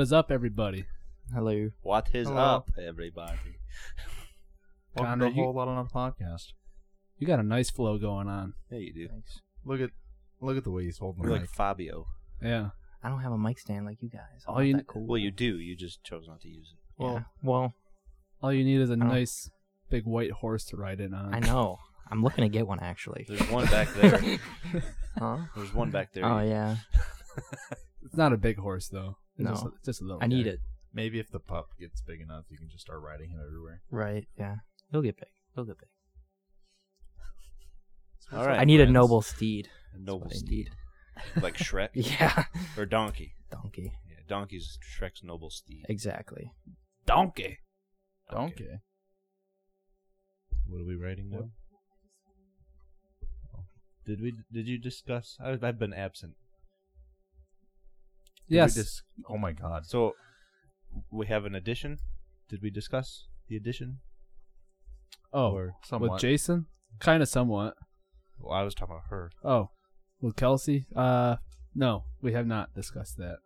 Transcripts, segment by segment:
is up, everybody? Hello. What is Hello. up, everybody? Welcome Connor, to a you- whole lot on a podcast. You got a nice flow going on. Yeah, you do. Thanks. Look at look at the way he's holding You're the like mic. Fabio. Yeah. I don't have a mic stand like you guys. I'm All not you- that cool. Well, you do. You just chose not to use it. well, well- well, All you need is a don't- nice big white horse to ride in on. Oh. I know. I'm looking to get one actually. There's one back there. Huh? There's one back there. Oh yeah. It's not a big horse though. It's No. just, it's just a little. I need guy. it. Maybe if the pup gets big enough, you can just start riding him everywhere. Right. Yeah. He'll get big. He'll get big. All right. I need a friends. noble steed. A noble That's what I steed. like Shrek need. Yeah. or donkey. Donkey. Yeah, donkey's Shrek's noble steed. Exactly. Donkey. Donkey. What are we writing now? Did we? Did you discuss? I, I've been absent. Did we Yes. dis- oh my god. So we have an addition. Did we discuss the addition? oh, Or with somewhat. Jason, kind of somewhat. Well, I was talking about her. Oh, with Kelsey. Uh, no, we have not discussed that.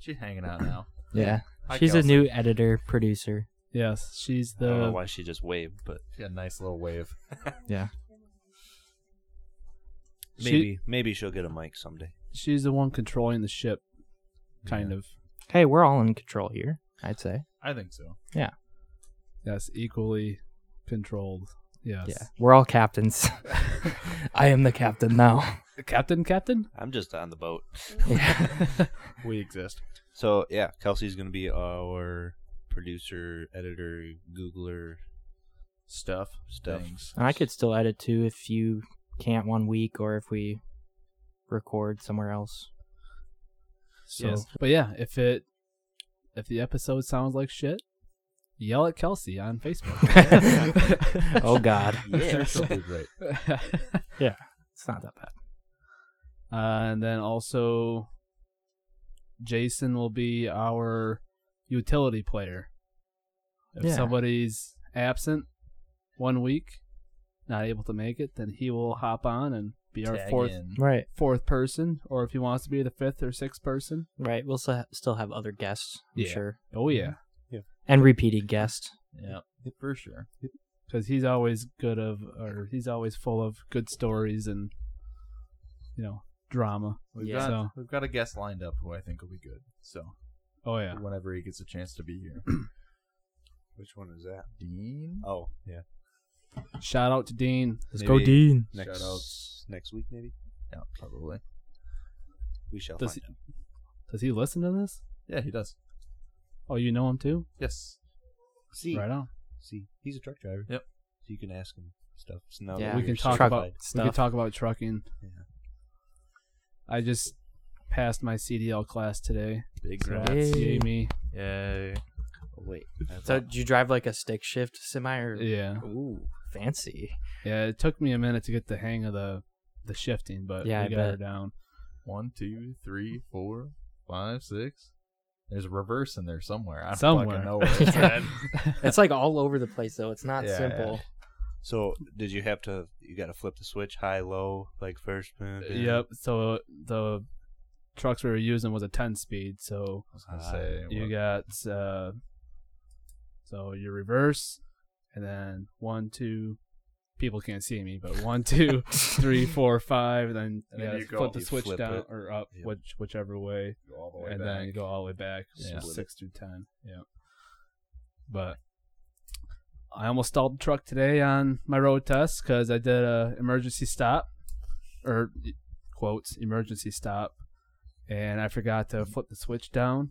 She's hanging out now. Yeah. Hi, She's Kelsey. a new editor, producer. Yes, she's I don't Oh, know the why she just waved, but She had a nice little wave. Yeah. She- maybe maybe she'll get a mic someday. she's the one controlling the ship, kind Yeah. of. Hey, we're all in control here. I'd say. I think so. Yes, equally controlled. Yes. Yeah. We're all captains. I am the captain now. Captain, Captain. I'm just on the boat. Mm. yeah. We exist. So yeah, Kelsey's gonna be our producer, editor, Googler Stuff. stuff. Things. And I could still edit too if you can't one week or if we record somewhere else. So, but yeah, if it if the episode sounds like shit, yell at Kelsey on Facebook. Oh God, Yes. She'll do great. uh, it's not that bad. and then also, Jason will be our utility player. If Yeah. somebody's absent one week, not able to make it, then he will hop on and be our Tag fourth in. Right, fourth person, or if he wants to be the fifth or sixth person. right. We'll still still have other guests, I'm Yeah. sure, Oh yeah, and repeated guests. Yeah, for sure. because he's always good of, or he's always full of good stories and you know drama. We've Yeah. got So- we've got a guest lined up who I think will be good. So Oh yeah, whenever he gets a chance to be here, Which one is that? Dean. Oh yeah. shout out to Dean. Let's Go Dean. Next Shoutouts. next week maybe Yeah, probably. we shall Does find out. Does he listen to this? Yeah, he does. Oh, you know him too. Yes. See, Right on. see, he's a truck driver. Yep. So you can ask him stuff. So now Yeah. that we we're can talk Truck about we can stuff. talk about trucking. Yeah. I just passed my CDL class today. Big So rats. Yay. yay me. Yay. Oh, wait. I've- So, do you drive like a stick shift semi or? Yeah, Ooh, fancy. yeah. It took me a minute to get the hang of the the shifting, but Yeah, we I got her bet. down. One, two, three, four, five, six. There's a reverse in there somewhere. I don't Somewhere. fucking know where it's at. It's like all over the place though. It's not Yeah. simple. so did you have to? You got to flip the switch high low like first. uh, down? Yep. So the trucks we were using was a ten speed. So I was gonna say you what- got uh, so your reverse and then one two people can't see me but one two three four five and then you, And then gotta you go- flip the you switch flip down it. or up Yep. which whichever way Go all the way and back. then you go all the way back so Yeah. six through ten yeah but i almost stalled the truck today on my road test because i did a emergency stop or quotes emergency stop and i forgot to flip the switch down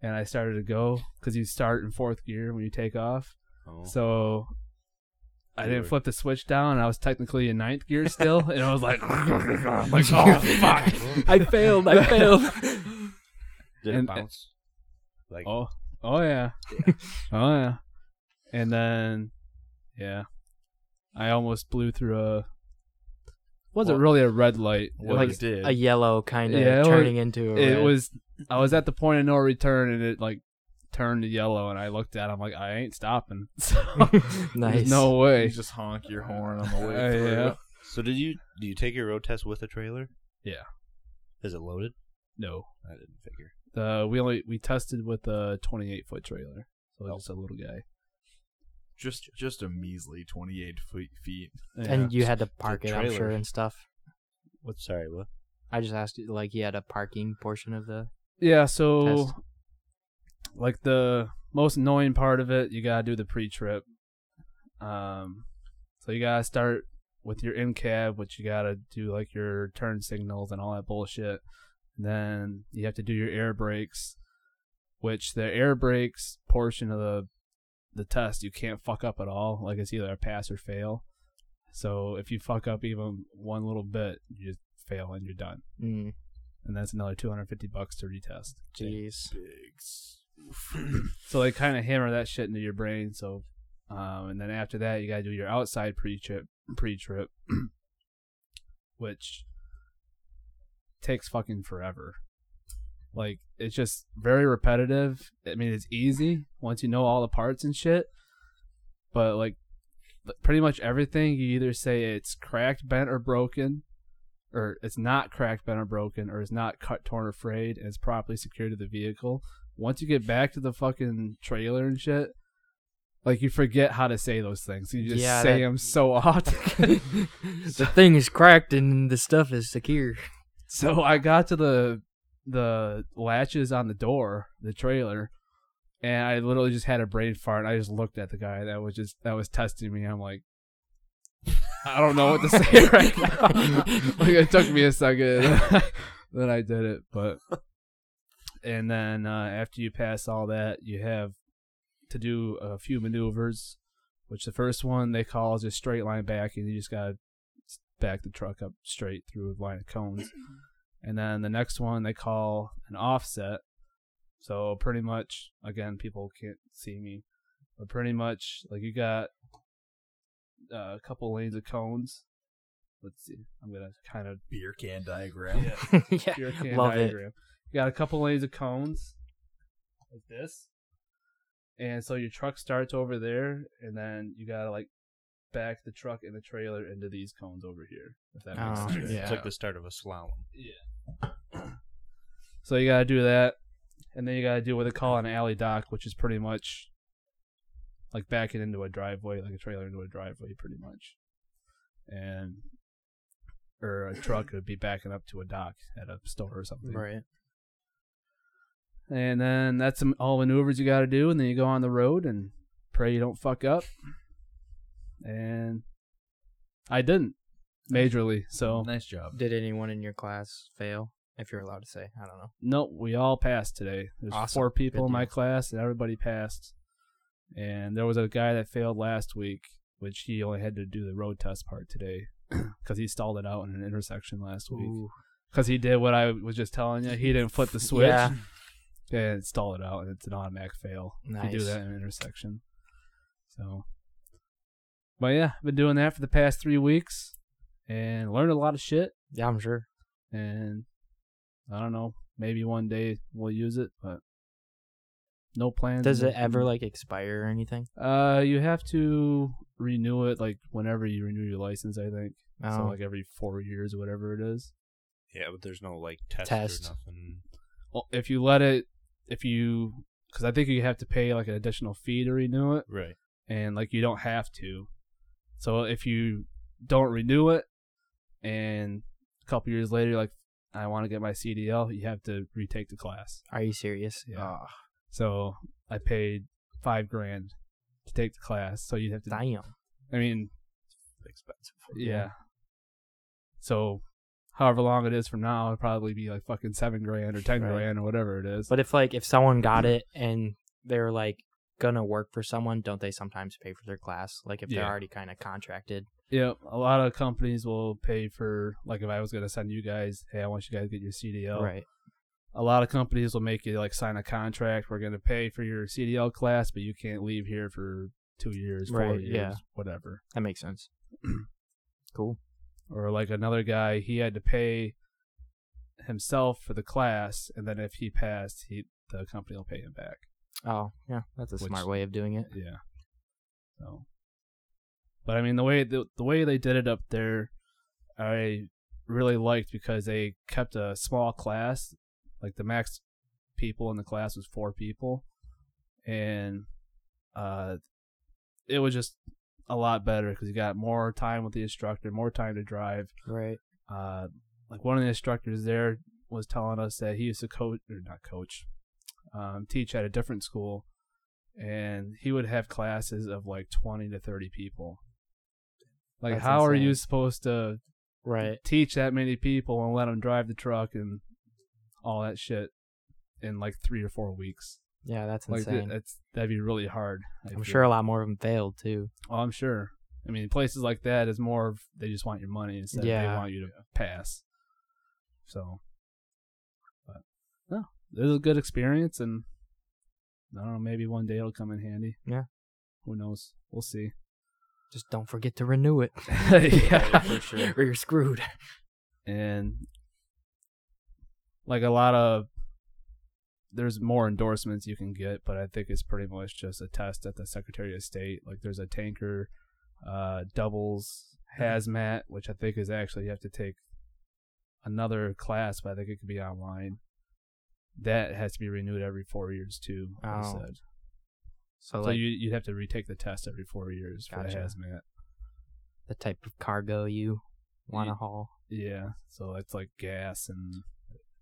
and i started to go because you start in fourth gear when you take off Oh. so i You didn't were- flip the switch down and i was technically in ninth gear still and i was like, I'm like oh fuck I failed. I failed. did and- uh, it bounce? Like Oh, oh yeah, oh yeah. And then, yeah, I almost blew through a. Wasn't Well- really a red light. It What was- it did. a yellow kind of Yeah, it turning into a. it red. was. I was at the point of no return, and it like turned to yellow, and I looked at. it, I'm like, I ain't stopping. So nice. there's no way. you just honk your horn on the way Uh, through. yeah. So did you? Do you take your road test with a trailer? Yeah. Is it loaded? No, I didn't figure. Uh, we only we tested with a 28 foot trailer, so it's just a little guy. Just just a measly 28 feet. feet. And you had to park it, I'm trailer. sure, and stuff. What? Sorry, what? I just asked you, like, you had a parking portion of the. Yeah, so Test. like the most annoying part of it, you gotta do the pre-trip. Um, so you gotta start with your in cab, which you gotta do like your turn signals and all that bullshit. Then you have to do your air brakes, which the air brakes portion of the the test you can't fuck up at all. Like it's either a pass or fail. So if you fuck up even one little bit, you just fail and you're done. Mm, And that's another 250 bucks to retest. jeez. Bigs. So they kind of hammer that shit into your brain. So, um, and then after that, you gotta do your outside pre-trip, pre-trip, which takes fucking forever. Like it's just very repetitive. I mean, it's easy once you know all the parts and shit, but like th- pretty much everything, you either say it's cracked, bent, or broken. Or it's not cracked, bent, or broken, or it's not cut, torn, or frayed, and it's properly secured to the vehicle once you get back to the fucking trailer and shit, like you forget how to say those things. You just Yeah, say that- them so often. the thing is cracked and the stuff is secure. so I got to the the latches on the door, the trailer, and I literally just had a brain fart. I just looked at the guy that was just that was testing me. I'm like, I don't know what to say right now. like it took me a second, then I did it. But and then uh, after you pass all that, you have to do a few maneuvers. Which the first one they call is a straight line back, and you just gotta back the truck up straight through a line of cones. And then the next one they call an offset. So pretty much, again, people can't see me, but pretty much like you got uh, a couple lanes of cones. Let's see. I'm gonna kind of Beer can diagram. yeah. beer can Love it. diagram. You got a couple lanes of cones like this. And so your truck starts over there and then you gotta like back the truck and the trailer into these cones over here, if that makes Oh, sense. yeah. It's like the start of a slalom. So you gotta do that, and then you gotta do what they call an alley dock, which is pretty much like backing into a driveway, like a trailer into a driveway, pretty much, and or a truck would be backing up to a dock at a store or something. Right. And then that's some- all maneuvers you gotta do, and then you go on the road and pray you don't fuck up. And I didn't majorly, so Nice job. Did anyone in your class fail? If you're allowed to say, I don't know. Nope, we all passed today. There's Awesome. four people Good in my deal. class, and everybody passed. And there was a guy that failed last week, which he only had to do the road test part today because he stalled it out in an intersection last week. Because he did what I was just telling you. He didn't flip the switch Yeah. and stall it out, and it's an automatic fail if you do Nice. that in an intersection. So, but yeah, been doing that for the past three weeks and learned a lot of shit Yeah, I'm sure. and I don't know. Maybe one day we'll use it, but no plans. Does no- it ever like expire or anything? Uh, you have to renew it like whenever you renew your license. I think Oh, so, like every four years or whatever it is. Yeah, but there's no like test, Test. or nothing. Well, if you let it, if you, because I think you have to pay like an additional fee to renew it, Right. and like you don't have to. So if you don't renew it, and a couple years later, you're like I want to get my CDL, you have to retake the class. are you serious? Yeah. Ah, So I paid five grand to take the class. So you'd have to. Damn. I mean, Expensive. yeah. So, however long it is from now, it'll probably be like fucking seven grand or ten Right. grand or whatever it is. But if like if someone got it and they're like gonna work for someone, don't they sometimes pay for their class? Like if they're Yeah. already kind of contracted. yeah, a lot of companies will pay for like if I was gonna send you guys, hey, I want you guys to get your CDL. Right. A lot of companies will make you like sign a contract. We're gonna pay for your CDL class, but you can't leave here for two years, four Right, years, yeah. whatever. That makes sense. cool. or like another guy he had to pay himself for the class and then if he passed he the company will pay him back Oh, yeah, that's a Which- smart way of doing it. yeah so but i mean the way the, the way they did it up there i really liked because they kept a small class like the max people in the class was four people, and uh, it was just a lot better because you got more time with the instructor, more time to drive. Right. Uh, like one of the instructors there was telling us that he used to coach or not coach, um, teach at a different school, and he would have classes of like twenty to thirty people. Like, That's how are you insane. supposed to Right. teach that many people and let them drive the truck and all that shit in like three or four weeks. Yeah, that's Like insane. th- that's that'd be really hard. I I'm feel. sure a lot more of them failed too. Oh, I'm sure. I mean, places like that is more of they just want your money instead of Yeah. they want you to pass. So, but no, this is a good experience, and I don't know. Maybe one day it'll come in handy. Yeah. Who knows? We'll see. Just don't forget to renew it. yeah. for sure. or you're screwed. and like a lot of there's more endorsements you can get, but I think it's pretty much just a test at the Secretary of State. Like there's a tanker, uh, doubles hazmat, which I think is actually you have to take another class, but I think it could be online. That has to be renewed every four years too. I Oh, said. So, So like you you'd have to retake the test every four years for the Gotcha. hazmat. the type of cargo you want to Ye- haul. Yeah, so it's like gas and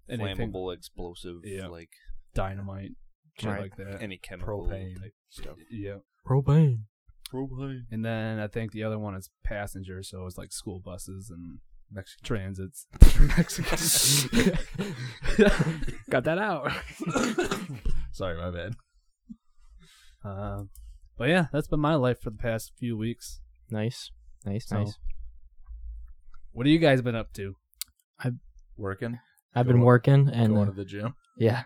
anything Flammable, explosive, Yeah. like dynamite, shit Right. like that. any chemical Propane. type stuff. yeah. Propane. Propane. And then I think the other one is passenger, so it's like school buses and Mexican. transits. Got that out. Sorry, my bad. Um, but yeah, that's been my life for the past few weeks. nice. Nice, So- nice. What have you guys been up to? Working, I've go been on- working and going uh, to the gym. yeah,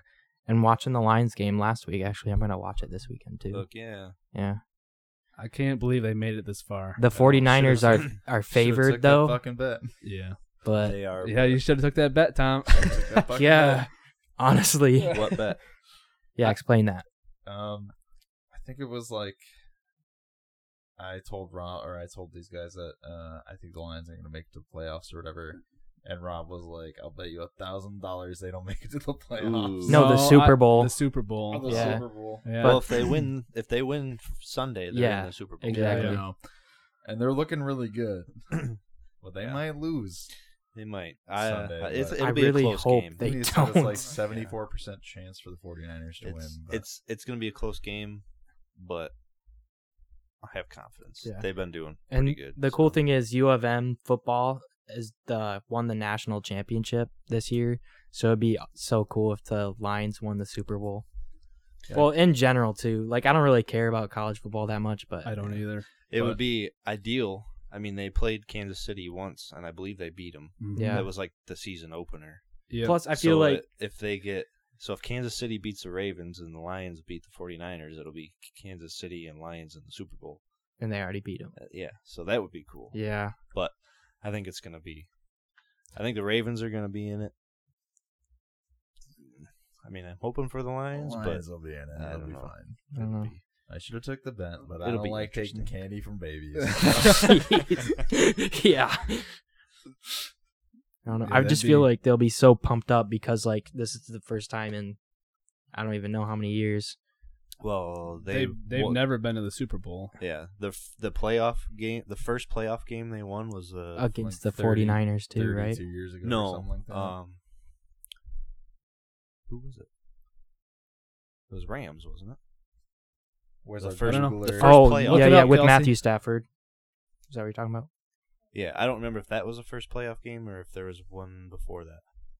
and watching the Lions game last week. Actually, I'm gonna watch it this weekend too. Look, yeah. Yeah, I can't believe they made it this far. the 49ers are should've- are Should've took favored that though, Fucking bet. Yeah. but They are. Yeah, you should have took that bet, Tom. Took that fucking yeah, honestly, what bet? yeah. Explain that. bet. Um, I think it was like I told Rob or I told these guys that uh I think the Lions are gonna make it to the playoffs or whatever. And Rob was like, "I'll bet you a thousand dollars they don't make it to the playoffs." Ooh. No, the So, Super I- Bowl. the Super Or Bowl. the Yeah. Super Bowl. Yeah. Well, if they win, if they win f- Sunday, they're Yeah, in the Super Bowl. yeah, exactly. you know. and they're looking really good. but they Yeah. might lose. They might. I, Sunday, uh, it's, but- it'll I be really a close hope game. They He said It's don't. like seventy four percent chance for the 49ers to it's win. but it's it's going to be a close game, but I have confidence. Yeah. They've been doing And pretty good. the so. cool thing is U of M football is the won the national championship this year. So it'd be so cool if the Lions won the Super Bowl. Yeah. Well, in general too. Like I don't really care about college football that much, but I don't either. it but- would be ideal. I mean, they played Kansas City once, and I believe they beat them. Mhm. Yeah. That was like the season opener. Yeah. Plus I feel So, uh, like if they get so if Kansas City beats the Ravens and the Lions beat the 49ers, it'll be Kansas City and Lions in the Super Bowl. and they already beat them. Uh, yeah, so that would be cool. Yeah. But I think it's going to be I think the Ravens are going to be in it. I mean, I'm hoping for the Lions, Lions will be in it. I It'll don't be know. fine. I don't know. I should have took the bet, but I It'll don't be like taking interesting. candy from babies. Jeez. yeah. I don't know. Yeah, I that'd just feel be- like they'll be so pumped up because like this is the first time in I don't even know how many years. but well, they They, they've well, never been to the Super Bowl. Yeah, the f- the playoff game, the first playoff game they won was uh, the against like the 30, 49ers too, right? Thirty-two years ago, or no, something like that. um, who was it? It was Rams, wasn't it? Where's the our first- the Googler? first Oh, playoff. Look yeah, it yeah, up, with Kelsey. Matthew Stafford. Is that what you're talking about? Yeah, I don't remember if that was the first playoff game or if there was one before that.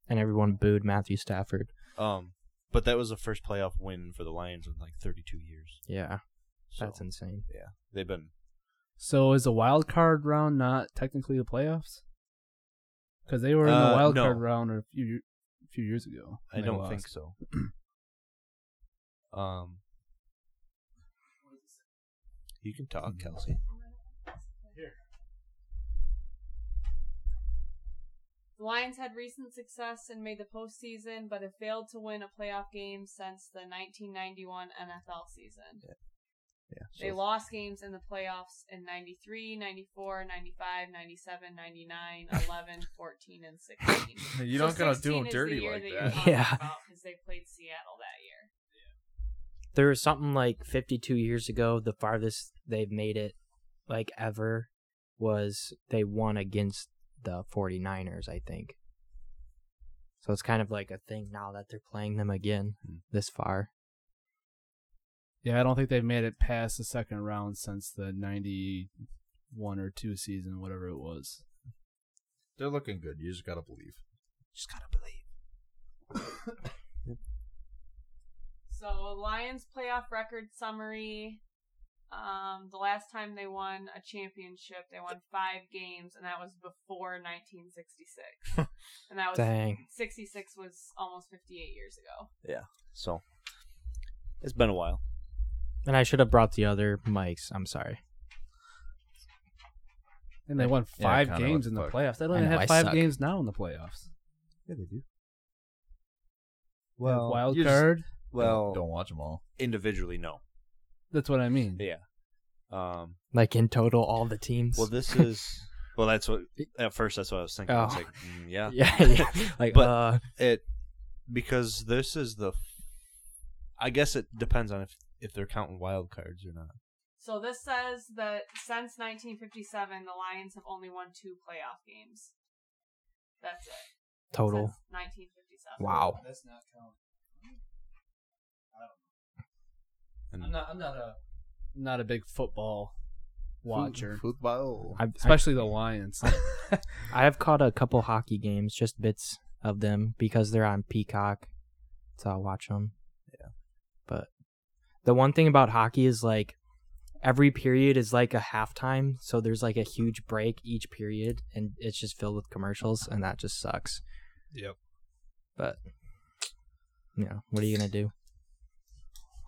And everyone booed Matthew Stafford. Um, but that was the first playoff win for the Lions in like 32 years. Yeah, So that's insane. they've been So is the wild card round not technically the playoffs? Because they were in the Uh, wild no. card round a few year- few years ago. I and they don't lost. think so. um, you can talk, Kelsey. The Lions had recent success and made the postseason, but have failed to win a playoff game since the 1991 NFL season. Yeah. So They lost games in the playoffs in 93, 94, 95, 97, 99, 11, 14, and 16. You're So not gonna do 16 them is the dirty year like that you're that. talking Yeah. about 'cause they played Seattle that year. There was something like 52 years ago, the farthest they've made it, like ever, was they won against the 49ers, I think. So it's kind of like a thing now that they're playing them again Hmm. this far. Yeah, I don't think they've made it past the second round since the '91 or two season, whatever it was. They're looking good. You just gotta believe. Just gotta believe. So Lions playoff record summary. Um, the last time they won a championship, they won five games, and that was before 1966. and that was Dang. 66 was almost 58 years ago. so it's been a while. And I should have brought the other mics. I'm sorry. And they won Yeah, five kinda games what in the the fuck. playoffs. They I only know, have I five suck. games now in the playoffs. Yeah, they do. They have wild you just- card. Well, don't watch them all. individually, no. That's what I mean. Yeah. Um. Like in total, all the teams. Well, this is. Well, that's what. At first, that's what I was thinking. I was Oh. like, mm, yeah, yeah, yeah. Like, But- uh, it because this is the. I guess it depends on if if they're counting wild cards or not. So this says that since 1957, the Lions have only won two playoff games. That's it. total. Since 1957. Wow. That's not counting. And I'm not. I'm not a. Not a big football watcher, Foot- Football. I've, I- especially the Lions. I have caught a couple hockey games, just bits of them because they're on Peacock, so I'll watch them. Yeah. But the one thing about hockey is like every period is like a halftime, so there's like a huge break each period, and it's just filled with commercials, and that just sucks. yep. But you know, what are you gonna do?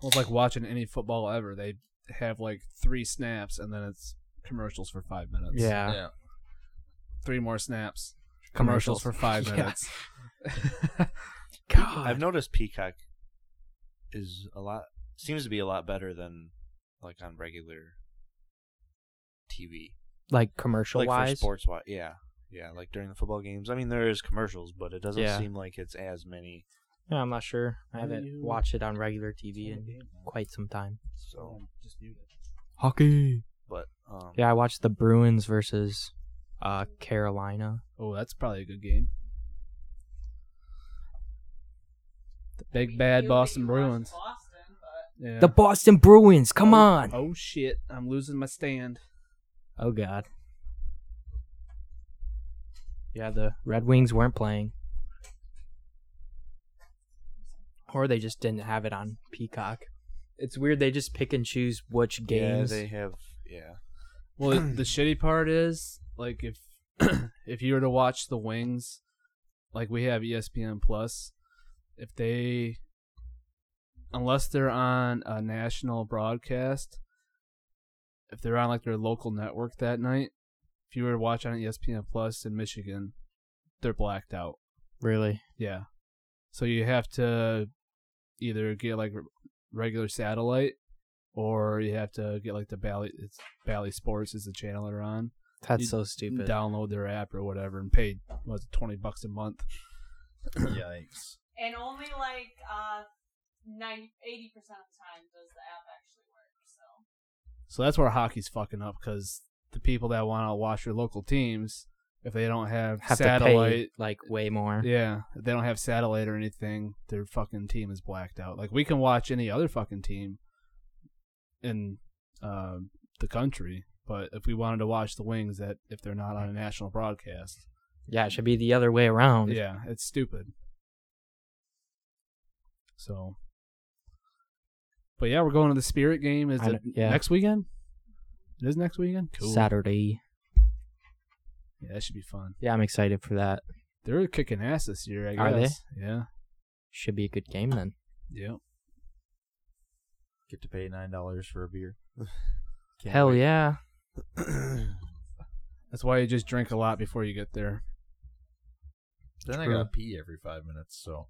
Well, it's like watching any football ever. They have like three snaps and then it's commercials for five minutes. yeah, yeah. Three more snaps. Commercials, for five Yeah. minutes. God, I've noticed Peacock is a lot seems to be a lot better than like on regular TV. like commercial like for wise. sports wise, yeah. Yeah, like during the football games. I mean, there is commercials, but it doesn't Yeah. seem like it's as many. Yeah, I'm not sure. I How do haven't you- watched it on regular TV in quite some time. So, Hockey. but um, Yeah, I watched the Bruins versus uh Carolina. Oh, that's probably a good game. The big bad Boston Bruins. Boston, but Yeah. The Boston Bruins, come on. Oh shit! I'm losing my stand. Oh god. Yeah, the Red Wings weren't playing. Or they just didn't have it on Peacock. It's weird they just pick and choose which games. yeah, they have yeah. Well, the, the shitty part is like if if you were to watch the Wings, like we have E ESPN Plus, if they unless they're on a national broadcast, if they're on like their local network that night, if you were to watch on E ESPN Plus in Michigan, they're blacked out. Really? Yeah. So you have to either get like r- regular satellite or you have to get like the Bally it's Bally Sports is the channel they're on. That's You so stupid. Download their app or whatever and pay was it, 20 bucks a month. Yikes. and only like uh 90, 80% of the time does the app actually work. So So that's where hockey's fucking up cuz the people that want to watch your local teams if they don't have, have to pay satellite like way more. Yeah, if they don't have satellite or anything. Their fucking team is blacked out. Like we can watch any other fucking team in uh, the country, but if we wanted to watch the Wings, that if they're not on a national broadcast, Yeah, it should be the other way around. yeah, it's stupid. So, but yeah, we're going to the Spirit game. Is I it kn- yeah. next weekend? It is next weekend. Cool. Saturday. Yeah, that should be fun. Yeah, I'm excited for that. They're kicking ass this year. I Are they? guess. Yeah. Should be a good game then. Yeah. Get to pay nine dollars for a beer. Can't Hell wait. yeah. That's why you just drink a lot before you get there. Then I True. gotta pee every five minutes, so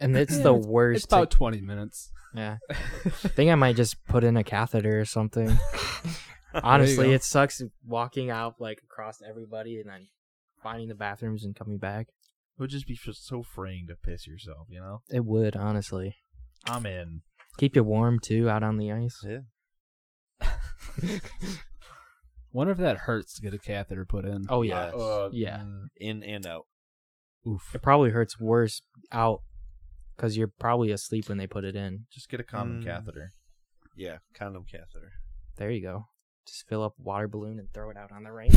and it's Yeah, the it's- worst. It's about to- 20 minutes. yeah. I think I might just put in a catheter or something. Honestly, go. it sucks walking out like across everybody and then finding the bathrooms and coming back. It would just be f- so freeing to piss yourself, you know? It would honestly I'm in. keep you warm too out on the ice. Yeah. Wonder if that hurts to get a catheter put in. Oh yeah, Yes. Uh, yeah. mm, In and out. Oof. It probably hurts worse out because you're probably asleep when they put it in. Just get a condom Mm. catheter. Yeah, condom catheter. There you go. Just fill up a water balloon and throw it out on the rink.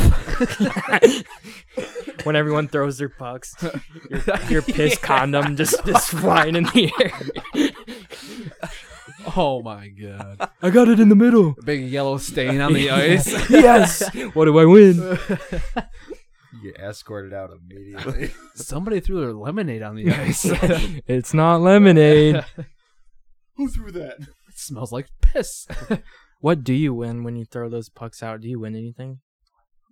when everyone throws their pucks, your, your piss condom just is flying in the air. Oh my god. I got it in the middle. Big yellow stain on the ice. yes. What do I win? You get escorted out immediately. Somebody threw their lemonade on the ice. it's not lemonade. Who threw that? It smells like piss. uh, What do you win when you throw those pucks out? Do you win anything?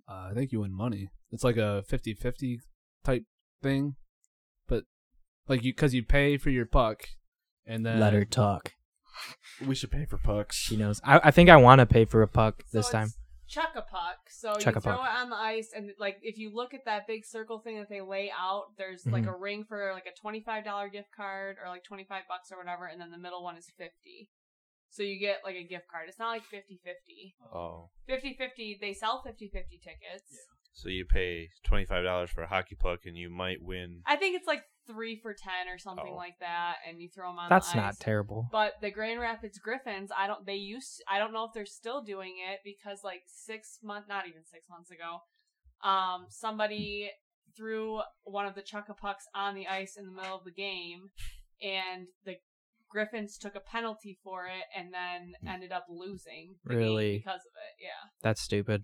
uh, I think you win money. It's like a 50-50 type thing, but like you because you pay for your puck, and then Let her talk. We should pay for pucks. She knows. I, I think I want to pay for a puck So this it's time. Chuck a puck. So Chuck you a throw puck. it on the ice, and like if you look at that big circle thing that they lay out, there's like Mm-hmm. a ring for like a twenty-five dollar gift card or like twenty-five bucks or whatever, and then the middle one is fifty. So you get like a gift card. It's not like 50-50. Oh. 50-50, They sell 50-50 tickets. So you pay twenty five dollars for a hockey puck, and you might win. I think it's like three for ten or something Oh. like that, and you throw them on. That's the ice. not terrible. But the Grand Rapids Griffins, I don't. They used. I don't know if they're still doing it because like six month, not even six months ago, um, somebody threw one of the Chuckapucks on the ice in the middle of the game, and the Griffins took a penalty for it, and then ended up losing. the game Really? because of it, yeah. That's stupid.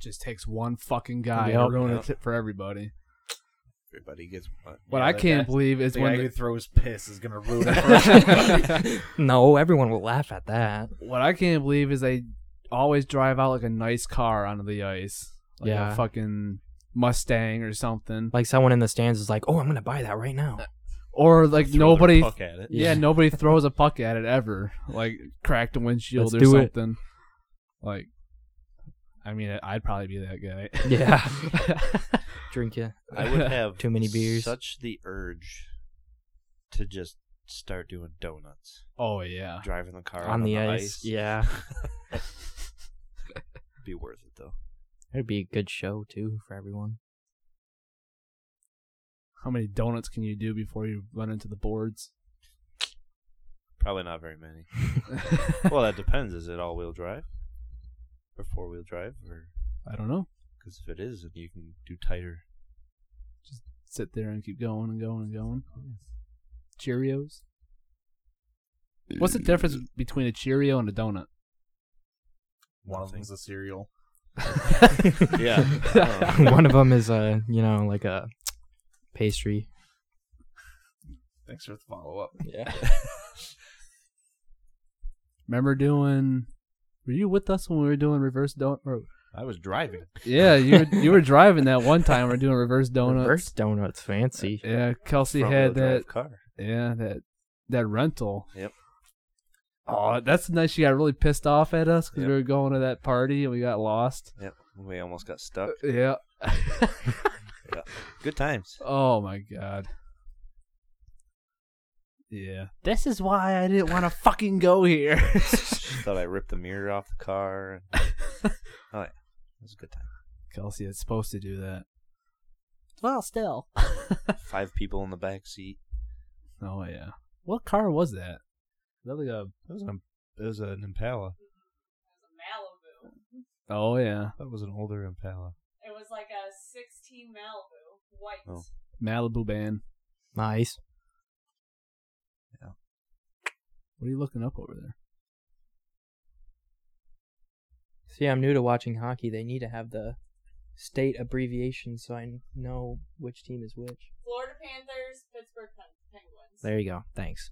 just takes one fucking guy Yep. to ruin Yep. it for everybody. Everybody gets one. What Yeah, I that can't guy- believe is the guy when who the, throws piss is gonna ruin it for everybody. No, everyone will laugh at that. what I can't believe is they always drive out like a nice car onto the ice, like Yeah. a fucking Mustang or something, Like someone in the stands is like, "Oh, I'm gonna buy that right now." or like Throw their nobody. puck at it. Yeah, Yeah. nobody throws a puck at it ever. Like cracked a windshield Let's or do it. something. Like, I mean, I'd probably be that guy. Yeah. Drink it. I would have Too many beers. Such the urge to just start doing donuts, oh yeah. driving the car on the ice. Yeah, be worth it though. it'd be a good show too for everyone. How many donuts can you do before you run into the boards? Probably not very many. well, that depends. Is it all wheel drive or four wheel drive? Or I don't know. because if it is, then you can do tighter. Sit there and keep going and going and going. Cheerios. What's the difference between a Cheerio and a donut? One of them's a cereal. Yeah. I don't know. One of them is a you know like a pastry. Thanks for the follow up. Yeah. Remember doing? Were you with us when we were doing reverse donut? Or, I was driving. yeah, you were, you were driving that one time. We're doing reverse donuts. Reverse donuts, fancy. Yeah, Kelsey front had wheel drive that. car. Yeah, that that rental. Yep. Oh, that's the night she got really pissed off at us because Yep. we were going to that party and we got lost. Yep. We almost got stuck. Yeah. Good times. Oh my god. Yeah. This is why I didn't want to fucking go here. Thought I ripped the mirror off the car. oh yeah, it was a good time. Kelsey is supposed to do that. Well, still. Five people in the back seat. Oh yeah. What car was that? Was that like a? It was an it was an Impala. It was a Malibu. Oh yeah, That was an older Impala. It was like a sixteen Malibu, white. Oh. Malibu van. Nice. What are you looking up over there? See, I'm new to watching hockey. They need to have the state abbreviation so I know which team is which. Florida Panthers, Pittsburgh Pen- Penguins. There you go. Thanks.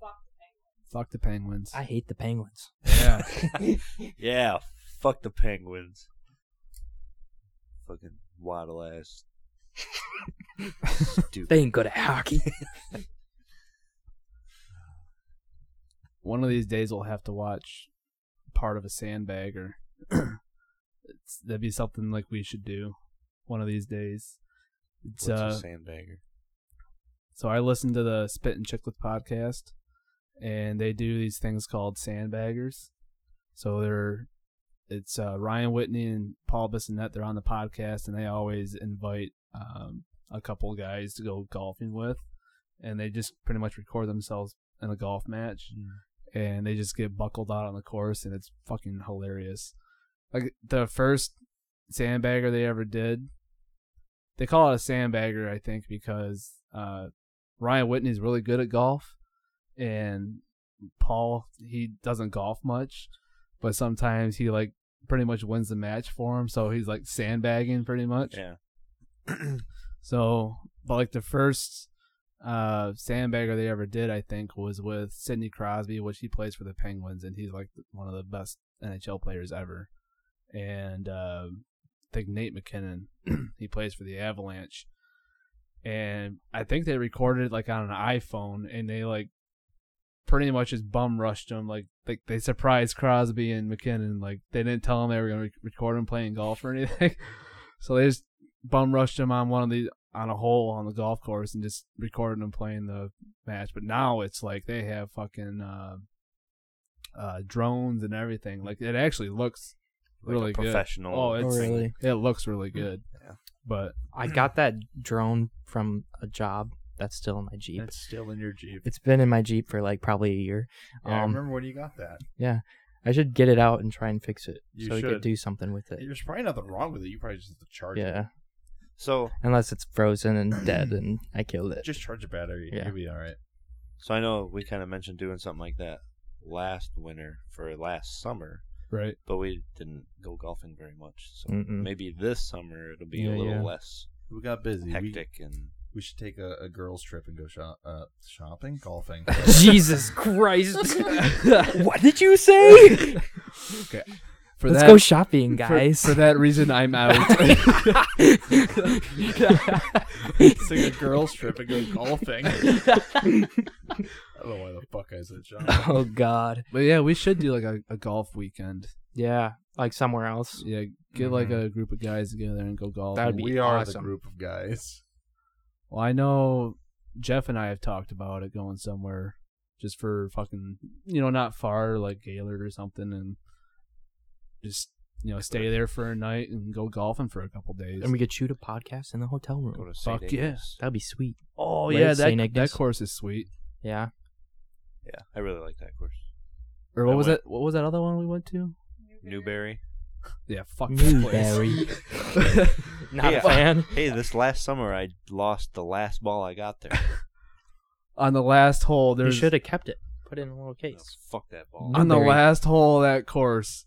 Fuck the Penguins. Fuck the Penguins. I hate the Penguins. yeah. Yeah, fuck the Penguins. Fucking waddle ass Stupid. They ain't good at hockey. One of these days, we'll have to watch part of a sandbag, or it's, that'd be something like we should do. One of these days, it's What's a uh, sandbagger? So I listen to the Spit and Chiclet podcast, and they do these things called sandbaggers. So they're it's uh, Ryan Whitney and Paul Bissonnette. They're on the podcast, and they always invite um, a couple guys to go golfing with, and they just pretty much record themselves in a golf match, and they just get buckled out on the course, and it's fucking hilarious. Like the first sandbagger they ever did, they call it a sandbagger, I think, because uh, Ryan Whitney's really good at golf, and Paul he doesn't golf much, but sometimes he like pretty much wins the match for him, so he's like sandbagging pretty much. Yeah. So, but like the first uh sandbagger they ever did, I think, was with Sidney Crosby, which he plays for the Penguins, and he's like one of the best NHL players ever. And uh, I think Nate McKinnon, he plays for the Avalanche, and I think they recorded it like on an iPhone, and they like pretty much just bum rushed him, like they they surprised Crosby and McKinnon, like they didn't tell him they were gonna re- record him playing golf or anything, so they just bum rushed him on one of the on a hole on the golf course and just recorded him playing the match. But now it's like they have fucking uh, uh, drones and everything. Like it actually looks Like really a good. professional. Oh, it's Oh, really? it looks really good. Yeah. But I got that drone from a job that's still in my Jeep. It's still in your Jeep. It's been in my Jeep for like probably a year. Yeah, I um, remember when you got that. I should get it out and try and fix it You so we should. could do something with it. There's probably nothing wrong with it. You probably just have to charge it. Yeah, So unless it's frozen and dead and I killed it. Just charge a battery. Yeah. You'll be all right. so I know we kind of mentioned doing something like that last winter for last summer, right, but we didn't go golfing very much. So Mm-mm. maybe this summer it'll be Mm-hmm. Yeah, a little yeah. less We got busy. We, hectic and we should take a, a girls trip and go shop uh, shopping, golfing. Jesus Christ! what did you say? for Let's that go shopping, for- guys. For, that reason, I'm out. take a girls trip and go golfing. I don't know why the fuck I said shopping. oh God! but yeah, we should do like a, a golf weekend. Yeah, like somewhere else. Yeah, get like a group of guys together and go golf. That'd be we are the awesome. group of guys. Well, I know Jeff and I have talked about it going somewhere just for fucking, you know, not far, like Gaylord or something, and just, you know, stay there for a night and go golfing for a couple days. And we could shoot a podcast in the hotel go room. to St. Fuck yeah. Ignace. That'd be sweet. oh, Lake yeah, that, St. that Ignace. course is sweet. Yeah. Yeah, I really like that course. Or what I was went- that? What was that other one we went to? Newberry. Yeah, fuck that place. Newberry. Not Yeah. a fan. Hey, this last summer I lost the last ball I got there. On the last hole, You there's should have kept it. Put it in a little No, case. fuck that ball. on the Newberry. last hole of that course,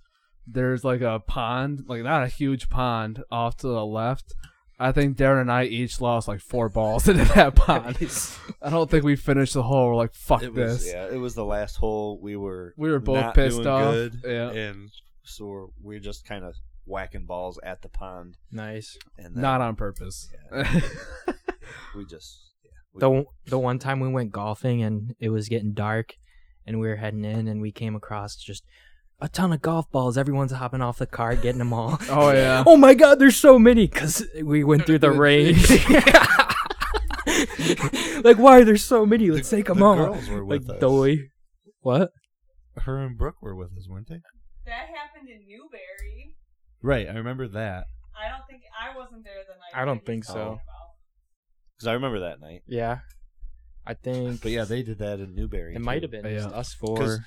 there's like a pond, like not a huge pond, off to the left. I think Darren and I each lost like four balls into that pond. I don't think we finished the hole. We're like, fuck It was, this. Yeah, it was the last hole. We were We were both not pissed doing off. good, Yeah. and so we're, we're just kind of whacking balls at the pond, Nice. and then Not on purpose. we just yeah, we, The the one time we went golfing and it was getting dark, and we were heading in and we came across just a ton of golf balls. Everyone's hopping off the cart, getting them all. oh yeah. Oh my God! There's so many because we went through the rain. like, why are there so many? Let's take them the all. girls were with like, us. doy. What? Her and Brooke were with us, weren't they? That happened in Newberry. Right, I remember that. I don't think I wasn't there the night. I don't that think he's so. talking about. Because I remember that night. Yeah, I think. But yeah, they did that in Newberry. it might too. have been Yeah. just us four. 'Cause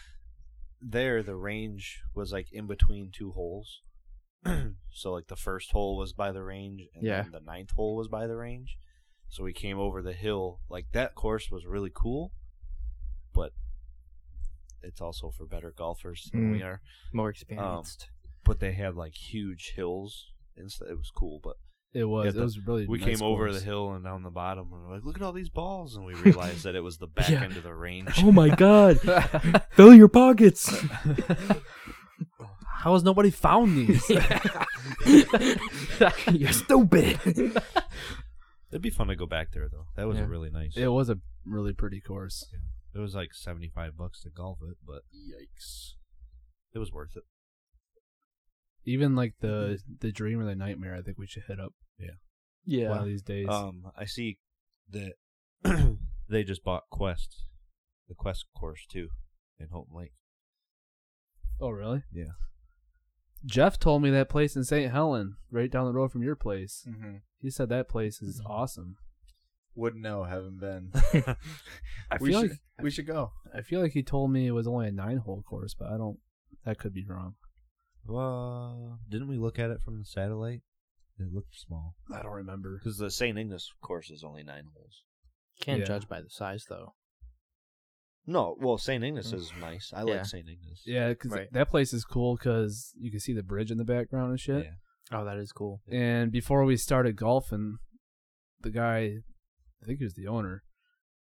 there the range was like in between two holes. so like the first hole was by the range and Yeah. then the ninth hole was by the range. So we came over the hill. Like that course was really cool, but it's also for better golfers than Mm. we are. more experienced. But they had like huge hills and so it was cool, but It was. Yeah, it the- was really. we nice came over course. the hill and down the bottom and we're like, Look at all these balls and we realized that it was the back Yeah. end of the range. oh my god! Fill your pockets. How has nobody found these? You're stupid. It'd be fun to go back there though. That was Yeah. a really nice. It was a really pretty course. it was like seventy five bucks to golf it, but Yikes. it was worth it. Even like the the dream or the nightmare, I think we should hit up Yeah. one of these days. Um, I see that they just bought Quest, the Quest course too, in Houghton Lake. oh, really? Yeah. Jeff told me that place in St. Helen, right down the road from your place. Mm-hmm. He said that place is Mm-hmm. awesome. Wouldn't know. Haven't been. I we feel should like we should go. I feel like he told me it was only a nine hole course, but I don't. That could be wrong. Well, didn't we look at it from the satellite? It looked small I don't remember. because the St. Ignace course is only nine holes. Can't Yeah. judge by the size though. No, well, St. Ignace is nice. I Yeah. like St. Ignace. Mm. Yeah, 'cause Right. that place is cool because you can see the bridge in the background and shit. Yeah. Oh, that is cool. And before we started golfing, the guy, I think he was the owner,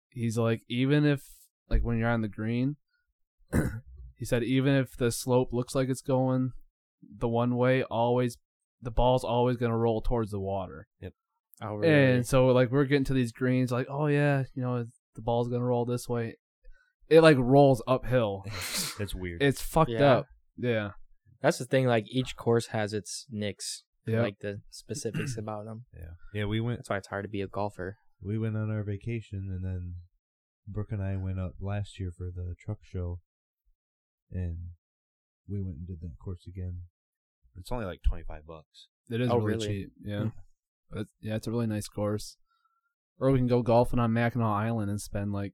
he's like, even if, like, when you're on the green, he said, even if the slope looks like it's going the one way, always, the ball's always going to roll towards the water. Oh, And so, like, we're getting to these greens, like, oh, yeah, you know, the ball's going to roll this way. It, like, rolls uphill. That's weird. It's fucked Yeah. up. Yeah. That's the thing. Like each course has its nicks, Yeah. like the specifics about them. yeah, yeah. We went That's why it's hard to be a golfer. we went on our vacation and then Brooke and I went up last year for the truck show and we went and did that course again. It's only like 25 bucks. It is Oh, really, really? cheap. Yeah. But yeah, it's a really nice course. Or we can go golfing on Mackinac Island and spend like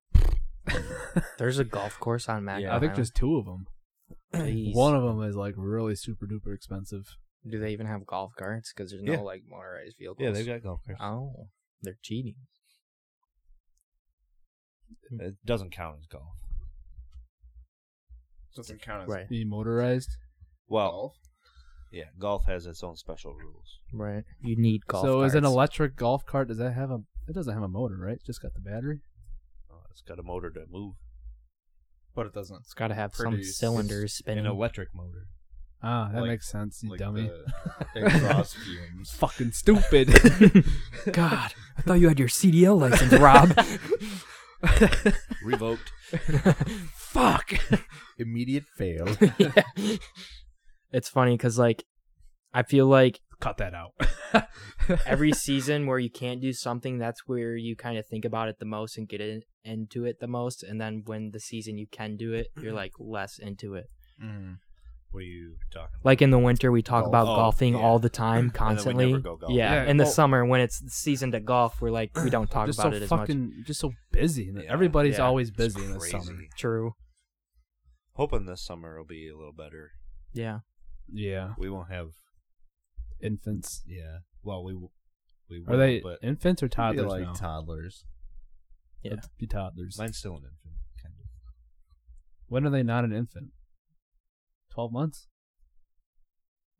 There's a golf course on Mac. I think just two of them. Jeez. One of them is like really super duper expensive. Do they even have golf carts? Because there's no Yeah. like motorized vehicles. Yeah, they've got golf carts. Um, Oh, they're cheating. It doesn't count as golf. Doesn't count as Right. Be motorized. Well, golf. yeah, golf has its own special rules. Right. You need golf. so carts. is an electric golf cart? Does that have a? It doesn't have a motor, right? It's just got the battery. Uh, it's got a motor to move. but it doesn't. It's got to have some Produce- cylinders An spinning. electric motor. Ah, that Like- makes sense. You like dummy. the exhaust fumes. Fucking stupid. God, I thought you had your CDL license, Rob. Revoked. Fuck. Immediate fail. Yeah. It's funny because like I feel like Cut that out. every season where you can't do something, that's where you kind of think about it the most and get in, into it the most. And then when the season you can do it, you're like less into it. Mm. What are you talking about? Like in the winter, we talk Golf. about Oh, golfing yeah. all the time, And then we never constantly. go golfing. yeah. Yeah, In the well- summer, when it's the season to golf, we're like we don't talk just about so it as much. fucking, just so busy. and Yeah. Everybody's Yeah. always It's busy in the crazy. summer. True. Hoping this summer will be a little better. Yeah. Yeah, We won't have, infants. yeah. Well, we w- we will, Are they but infants or Toddlers toddlers like now? toddlers. Yeah. Let's be toddlers. mine's still an infant, kind of. When are they not an infant? Twelve months.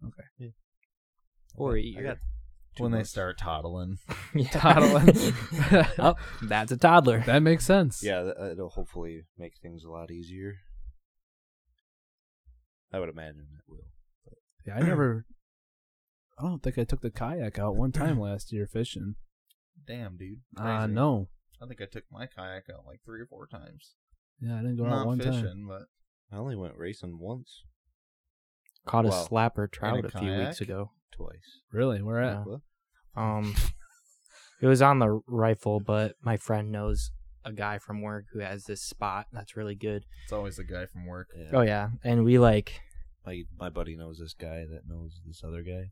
Okay. Or a I year. got two when they months. start toddling. Yeah. Toddling. oh, that's a toddler. That makes sense. Yeah, th- uh, it'll hopefully make things a lot easier. I would imagine it will. Yeah, I never. I don't think I took the kayak out one time last year fishing. Damn, dude. Uh, Crazy. no. I think I took my kayak out like three or four times. Yeah, I didn't go out Not one fishing, time. but I only went racing once, Caught a Wow. slapper trout a a, few weeks kayak? ago. twice. Really? Where at? Yeah. What? Um, it was on the rifle, but my friend knows a guy from work who has this spot that's really good. it's always the guy from work. Yeah. Oh yeah, and we like My my buddy knows this guy that knows this other guy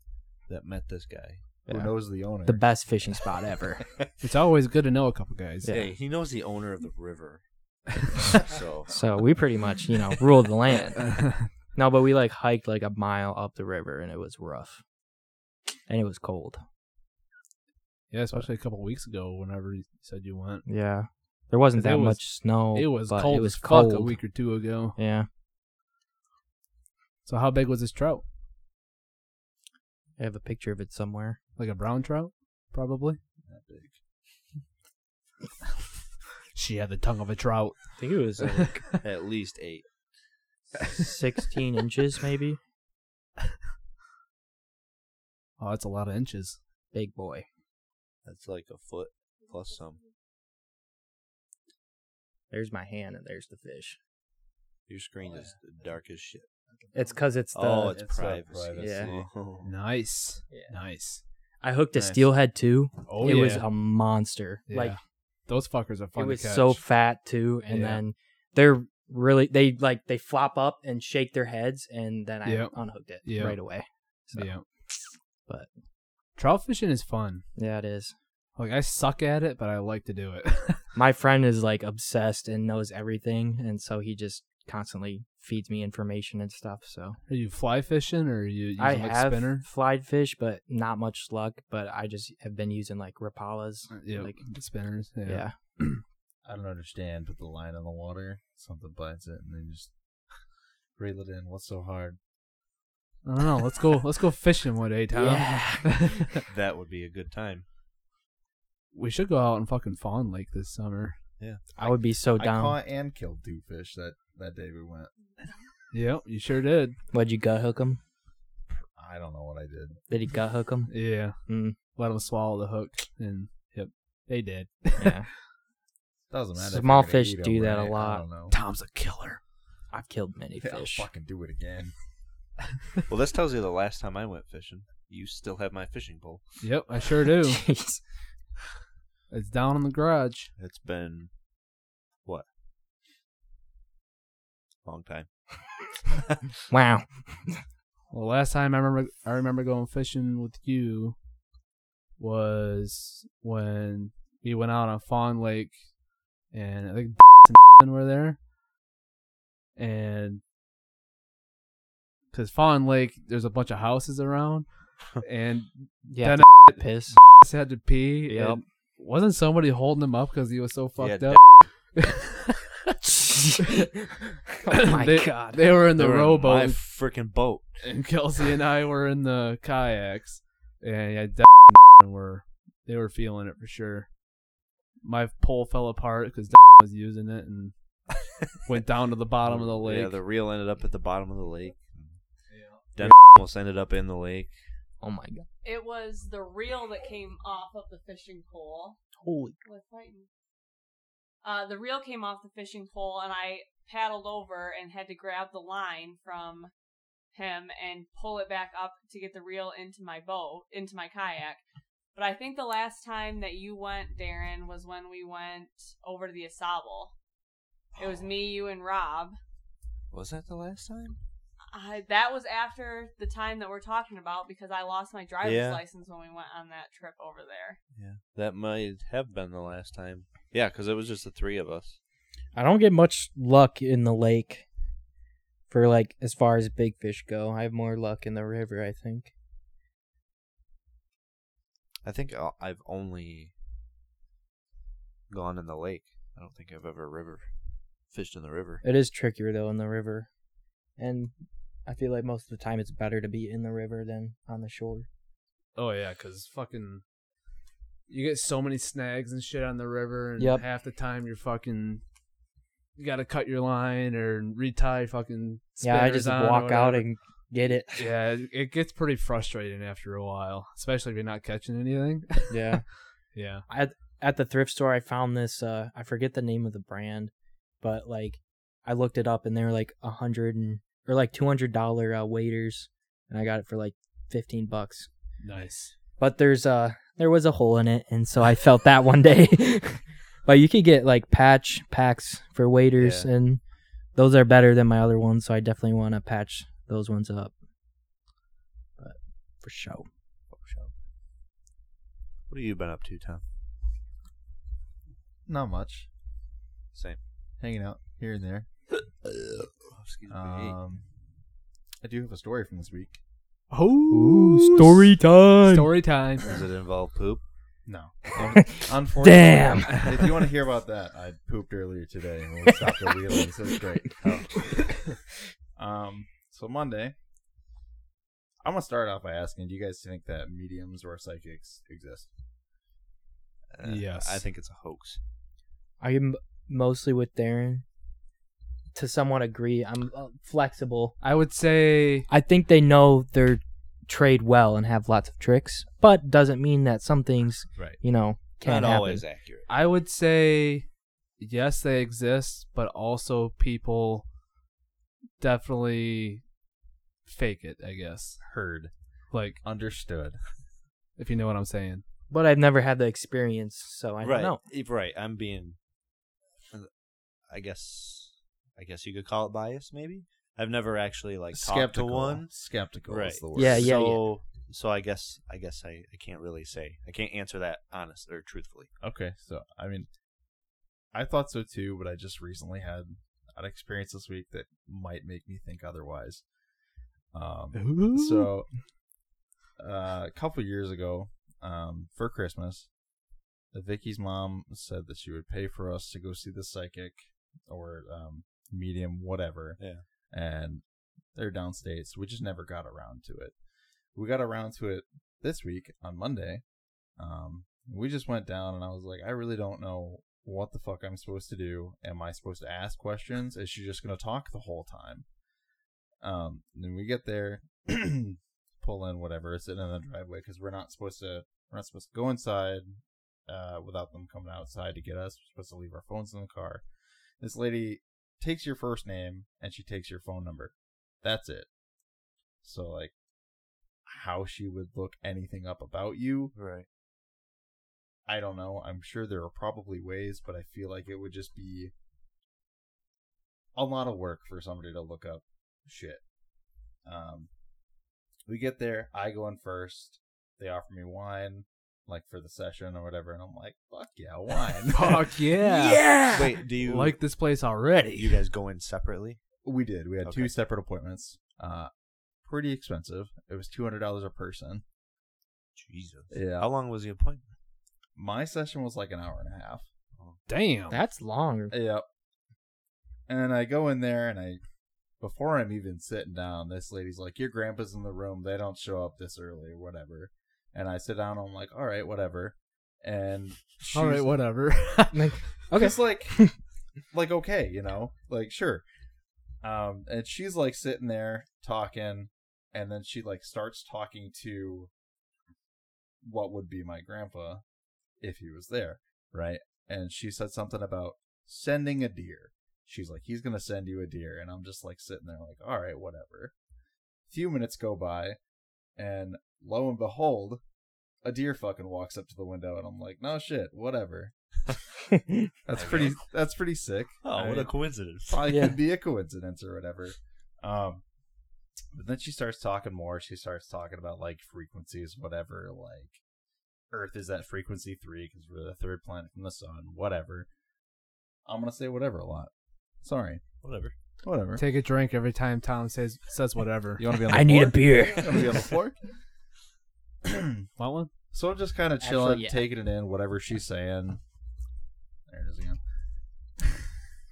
that met this guy. Yeah. Who knows the owner? the best fishing spot ever. It's always good to know a couple guys. Yeah. Hey, he knows the owner of the river. so so we pretty much you know ruled the land. No, but we like hiked like a mile up the river, and it was rough, and it was cold. yeah, especially a couple weeks ago, whenever you said you went. Yeah, there wasn't 'Cause it that was- much snow. it was but cold It was as cold. fuck a week or two ago. Yeah, So how big was this trout? I have a picture of it somewhere. Like a brown trout, probably. That big. She had the tongue of a trout. I think it was like at least eight. 16 inches, maybe. Oh, that's a lot of inches. Big boy. That's like a foot plus some. There's my hand and there's the fish. Your screen Oh, is dark as shit. It's because it's the. oh, it's, it's the privacy. privacy. Yeah. Oh. Nice. Yeah. Nice. I hooked a Nice. steelhead too. Oh, it yeah. was a monster. Yeah. Like Those fuckers are fun it was to catch. so fat too, and Yeah. then they're really they like they flop up and shake their heads, and then I Yep. unhooked it Yep. right away. So, Yeah. But- trout fishing is fun. yeah, it is. Like I suck at it, but I like to do it. My friend is like obsessed and knows everything, and so he just constantly feeds me information and stuff. So are you fly fishing or are you using I like have spinner? flied fish, but not much luck. But I just have been using like Rapalas. Yeah, like- spinners. Uh, Yeah. Yeah. I don't understand. Put the line in the water, something bites it, and then just reel it in. What's so hard? I don't know. Let's go. Let's go fishing one day, Tom. Yeah. That would be a good time. We should go out and fucking Fawn Lake this summer. I would be so I down. caught and killed two fish that that day we went. Yep, you sure did. Would you gut hook him? I don't know what I did. Did he gut hook him? Yeah. Mm. Let them swallow the hook, and yep, they did. Yeah. Doesn't matter. if you're Small gonna fish eat 'em, do that a right? lot. I don't know. Tom's a killer. I've killed many Yeah, I'll fish. fucking do it again. Well, this tells you the last time I went fishing. You still have my fishing pole. Yep, I sure do. Jeez. it's down in the garage. It's been what? Long time. Wow. Well, last time I remember, I remember going fishing with you was when we went out on Fawn Lake, and I think and were there, and because Fawn Lake, there's a bunch of houses around, and Yeah. Then piss. had to pee. Yep. and wasn't somebody holding him up because he was so fucked Yeah, up? oh my They- god. They were in the They were in rowboat. My freaking boat. and Kelsey and I were in the kayaks, and yeah, Dad and were they were feeling it for sure. My pole fell apart because was using it and went down to the bottom of the lake. Yeah, the reel ended up at the bottom of the lake. Almost ended up in the lake. oh my god. It was the reel that came off of the fishing pole. Holy. We're fighting. Uh, the reel came off the fishing pole, and I paddled over and had to grab the line from him and pull it back up to get the reel into my boat, into my kayak. But I think the last time that you went, Darren, was when we went over to the Asable. It was me, you, and Rob. Was that the last time? I, that was after the time that we're talking about because I lost my driver's Yeah. license when we went on that trip over there. Yeah. That might have been the last time. Yeah, because it was just the three of us. I don't get much luck in the lake for like as far as big fish go. I have more luck in the river, I think. I think I'll- I've only gone in the lake. I don't think I've ever river fished in the river. It is trickier though in the river. And I feel like most of the time it's better to be in the river than on the shore. oh yeah, because fucking you get so many snags and shit on the river, and Yep. half the time you're fucking you got to cut your line or retie fucking. yeah, I spinners just on or walk out whatever. and get it. Yeah, it- it gets pretty frustrating after a while, especially if you're not catching anything. yeah. Yeah. at at the thrift store I found this uh I forget the name of the brand, but like I looked it up and they were like a hundred and or like two hundred dollar uh, waiters and I got it for like fifteen bucks. Nice. But there's uh there was a hole in it and so I felt that one day. but you could get like patch packs for waiters Yeah. and those are better than my other ones, so I definitely wanna patch those ones up. But for show. What have you been up to, Tom? Not much. Same. Hanging out here and there. excuse me. Um, I do have a story from this week. Oh, story time. Story time. Does it involve poop? No. Un- Unfortunately. Damn. If you want to hear about that, I pooped earlier today and we stopped at Wheelings. It was great. Um, so Monday, I'm going to start off by asking do you guys think that mediums or psychics exist? Uh, Yes. I think it's a hoax. I am mostly with Darren. To somewhat agree, I'm uh, flexible. I would say I think they know their trade well and have lots of tricks, but doesn't mean that some things, Right. you know, can't Not happen. always accurate. I would say yes, they exist, but also people definitely fake it. I guess Heard. like Understood. if you know what I'm saying. But I've never had the experience, so I don't right. know. If- Right. I'm being. I guess. I guess you could call it bias. Maybe I've never actually like talked to Skeptical. one. Skeptical Right. is the word. Yeah, yeah. So, so I guess I guess I, I can't really say I can't answer that honest or truthfully. Okay, so I mean, I thought so too, but I just recently had an experience this week that might make me think otherwise. Um, so uh, a couple years ago, um, for Christmas, Vicky's mom said that she would pay for us to go see the psychic or um, medium, whatever. Yeah. And they're downstate, so we just never got around to it. We got around to it this week on Monday. Um, we just went down, and I was like, I really don't know what the fuck I'm supposed to do. Am I supposed to ask questions? Is she just gonna talk the whole time? Um, and then we get there, pull in whatever, it's in the driveway because we're not supposed to we're not supposed to go inside uh, without them coming outside to get us. We're supposed to leave our phones in the car. This lady takes your first name and she takes your phone number. That's it. So like how she would look anything up about you, Right. I don't know. I'm sure there are probably ways, but I feel like it would just be a lot of work for somebody to look up shit. Um, we get there. I go in first. They offer me wine, like for the session or whatever, and I'm like, "Fuck yeah, wine!" Fuck yeah! Wait, do you Like this place already. you guys go in separately? we did. We had two Okay. separate appointments. Uh, pretty expensive. It was two hundred dollars a person. Jesus. Yeah. How long was the appointment? My session was like an hour and a half. Oh. Damn. That's long. Yep. And I go in there and I before I'm even sitting down, this lady's like, Your grandpa's in the room, they don't show up this early or whatever. And I sit down, I'm like, All right, whatever. And All right, she's- whatever. Uh, Like, okay. it's like like okay, you know, like sure. Um, and she's like sitting there talking, and then she like starts talking to what would be my grandpa if he was there, right? And she said something about sending a deer. She's like, he's gonna send you a deer, and I'm just like sitting there, like, all right, whatever. Few minutes go by, and lo and behold, a deer fucking walks up to the window, and I'm like, no shit, whatever. That's Okay. pretty. That's pretty sick. I mean, Oh, coincidence. probably Yeah. could be a coincidence or whatever. Um, but then she starts talking more. She starts talking about like frequencies, whatever. Like Earth is at frequency three because we're the third planet from the sun. Whatever. I'm gonna say whatever a lot. Sorry. Whatever. Whatever. Take a drink every time Tom says says whatever. You want to be on the I need a floor? beer. You want to be on the floor? Want one? So I'm just kind of Actually, chilling, yeah. taking it in, whatever she's saying. There it is again.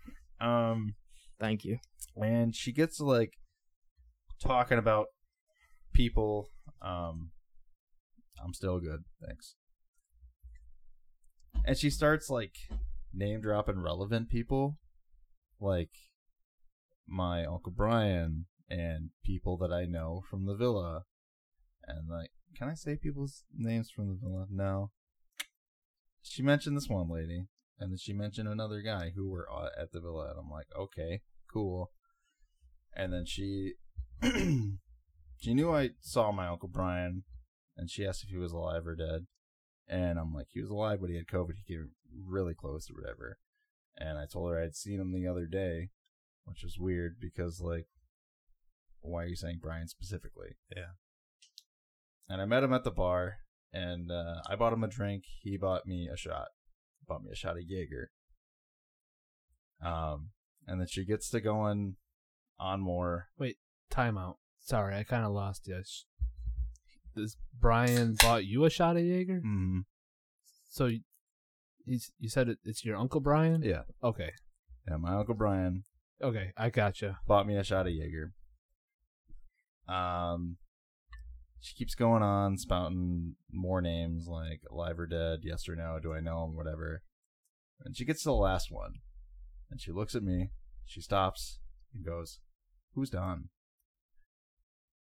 um. Thank you. and she gets to like talking about people um i'm still good thanks and she starts like name dropping relevant people like my uncle brian and people that i know from the villa and like can i say people's names from the villa no she mentioned this one lady and then she mentioned another guy who were uh, at the villa and i'm like okay cool and then she she knew I saw my uncle Brian, and she asked if he was alive or dead, and I'm like, he was alive, but he had COVID. He came really close or whatever, and I told her I had seen him the other day, which was weird because like, why are you saying Brian specifically? Yeah. And I met him at the bar, and uh, I bought him a drink. He bought me a shot. Bought me a shot of Jaeger. Um, and then she gets to going on more Timeout. Sorry, I kind of lost you. Sh- This Brian bought you a shot of Jaeger, Mm, so y- he's, you said it, it's your uncle Brian. Yeah. Okay. yeah, my uncle Brian Okay, I gotcha. bought me a shot of Jaeger. Um, she keeps going on spouting more names like alive or dead, yes or no, do I know him, whatever. And she gets to the last one, and she looks at me. She stops and goes, "Who's Don?"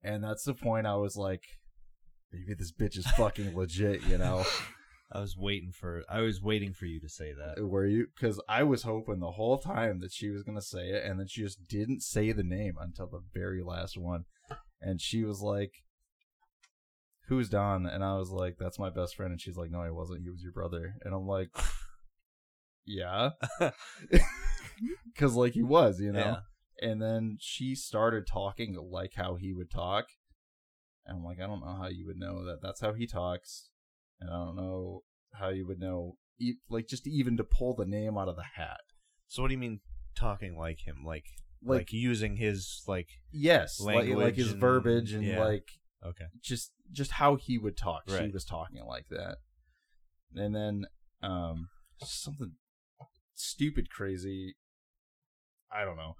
And that's the point I was like, maybe this bitch is fucking legit, you know? I was waiting for I was waiting for you to say that. Were you? Because I was hoping the whole time that she was going to say it, and then she just didn't say the name until the very last one. And she was like, Who's Don? And I was like, That's my best friend. And she's like, No, he wasn't. He was your brother. And I'm like, Yeah. Because, like, he was, you know? Yeah. And then she started talking like how he would talk. And I'm like, I don't know how you would know that that's how he talks. And I don't know how you would know, e- like, just even to pull the name out of the hat. So what do you mean talking like him? Like like, Like, using his like yes, like, like language his and- verbiage and, yeah. like, okay. just just how he would talk. She Right. was talking like that, and then um, something stupid, crazy. I don't know.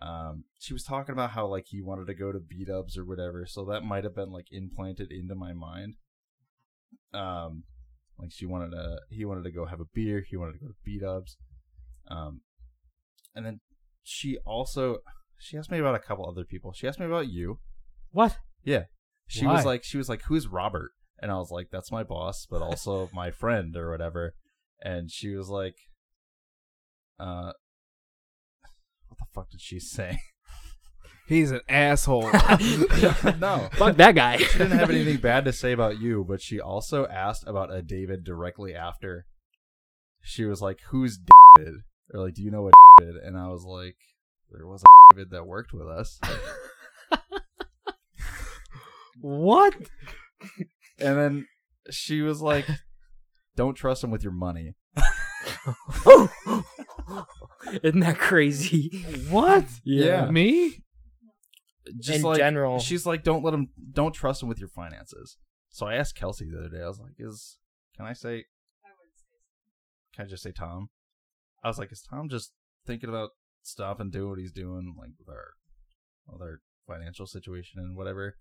Um, she was talking about how like he wanted to go to beat ups or whatever, so that might have been like implanted into my mind. Um, like she wanted to, he wanted to go have a beer. He wanted to go to beat ups. Um, and then she also she asked me about a couple other people. She asked me about you. What? She Why? was like, she was like, who's Robert? And I was like, that's my boss, but also my friend or whatever. And she was like, uh, what the fuck did she say? He's an asshole. no. Fuck that guy. She didn't have anything bad to say about you, but she also asked about a David directly after. She was like, who's David? Or like, do you know what David? And I was like, there was a David that worked with us. What? And then she was like, don't trust him with your money. Isn't that crazy? What? Yeah. Me? just In like, general. She's like, don't let him, don't trust him with your finances. So I asked Kelsey the other day. I was like, is can I say I would say can I just say Tom? I was like, is Tom just thinking about stuff and doing what he's doing, like with our with our financial situation and whatever?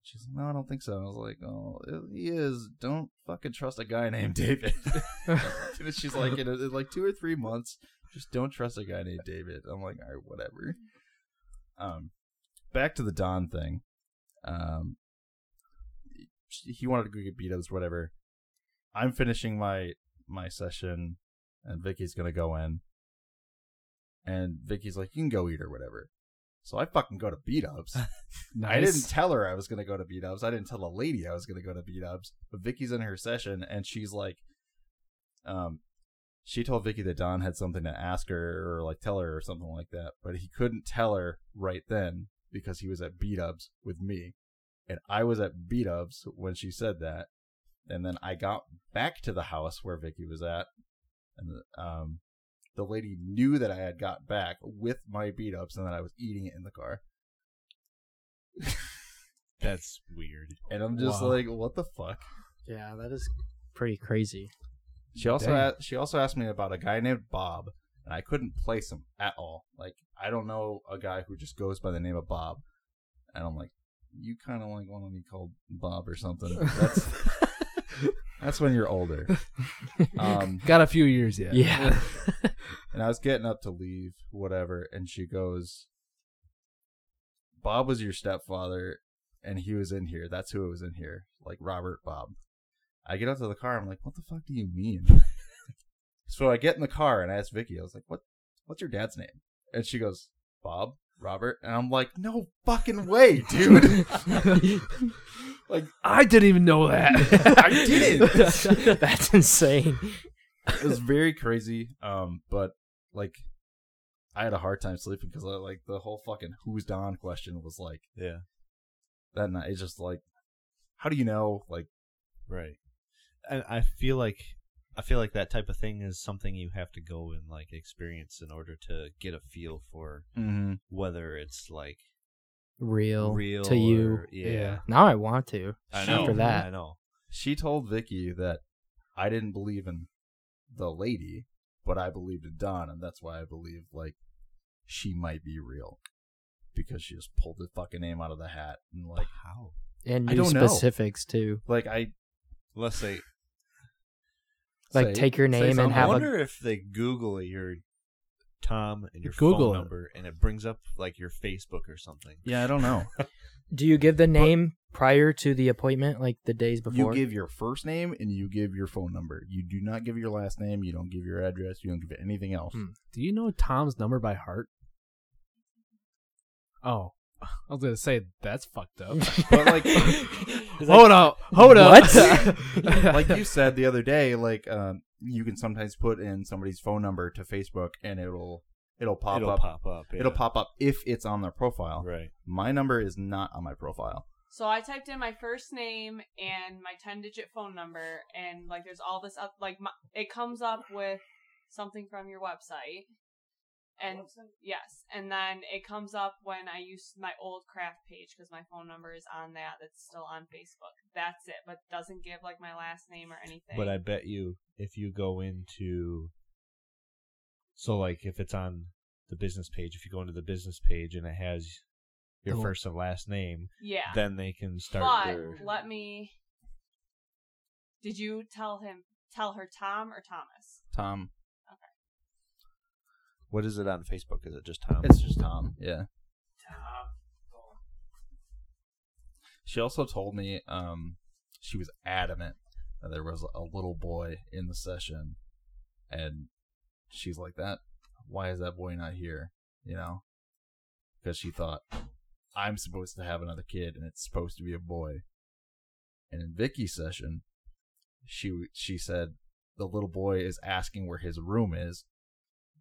She's like, no, I don't think so. I was like, oh, he is. Don't fucking trust a guy named David. and she's like, in, in like two or three months, just don't trust a guy named David. I'm like, all right, whatever. Um, back to the Don thing. Um, he wanted to go get beat ups, whatever. I'm finishing my my session and Vicky's gonna go in. And Vicky's like, You can go eat or whatever. So I fucking go to beat ups. Nice. I didn't tell her I was gonna go to beat ups. I didn't tell the lady I was gonna go to beat ups. But Vicky's in her session and she's like um she told Vicky that Don had something to ask her or like tell her or something like that, but he couldn't tell her right then because he was at beat ups with me. And I was at beat ups when she said that. And then I got back to the house where Vicky was at. And um the lady knew that I had got back with my beat ups and that I was eating it in the car. That's weird. And I'm just Wow. like, what the fuck? Yeah, that is pretty crazy. She also Dang. a- she also asked me about a guy named Bob, and I couldn't place him at all. Like I don't know a guy who just goes by the name of Bob, and I'm like, you kind of like want to be called Bob or something. That's that's when you're older. Um, Got a few years yet. Yeah. and I was getting up to leave, whatever, and she goes, Bob was your stepfather, and he was in here. That's who it was in here, like Robert Bob. I get up to the car, I'm like, what the fuck do you mean? so I get in the car and I ask Vicky, I was like, what, what's your dad's name? And she goes, Bob, Robert, and I'm like, no fucking way, dude. like, I didn't even know that. I didn't. That's insane. it was very crazy. Um, but like, I had a hard time sleeping because like the whole fucking who's Don question was like Yeah. that night. It's just like, how do you know? Like, Right. And I feel like I feel like that type of thing is something you have to go and like experience in order to get a feel for whether it's like Real, real to you. or- yeah. Now I want to. I know. After that. I know. she told Vicky that I didn't believe in the lady, but I believed in Don, and that's why I believe like she might be real because she just pulled the fucking name out of the hat and like how? And I new don't know. specifics too. like I Unless they Like say- take your say name and something. I have a wonder if they Google your Tom and your Google phone it. number, and it brings up like your Facebook or something. Yeah, I don't know. Do you give the name prior to the appointment, like the days before? You give your first name and you give your phone number. You do not give your last name. You don't give your address. You don't give anything else. Hmm. Do you know Tom's number by heart? Oh, I was gonna say that's fucked up. But like, Oh. hold up, hold up. What? like you said the other day, like um, you can sometimes put in somebody's phone number to Facebook and it'll it'll pop it'll up. pop up. It'll yeah. pop up if it's on their profile. Right. My number is not on my profile. So I typed in my first name and my 10 digit phone number, and like there's all this up, like my, it comes up with something from your website. And yes, and then it comes up when I use my old craft page because my phone number is on that. That's still on Facebook. That's it, but doesn't give like my last name or anything. But I bet you if you go into so like if it's on the business page, if you go into the business page and it has your Oh. first and last name, yeah. then they can start But their let me. Did you tell him? Tell her Tom or Thomas? Tom. What is it on Facebook? Is it just Tom? It's just Tom. Yeah. She also told me um, she was adamant that there was a little boy in the session, and she's like, "That why is that boy not here?" You know, because she thought I'm supposed to have another kid, and it's supposed to be a boy. And in Vicky's session, she she said the little boy is asking where his room is,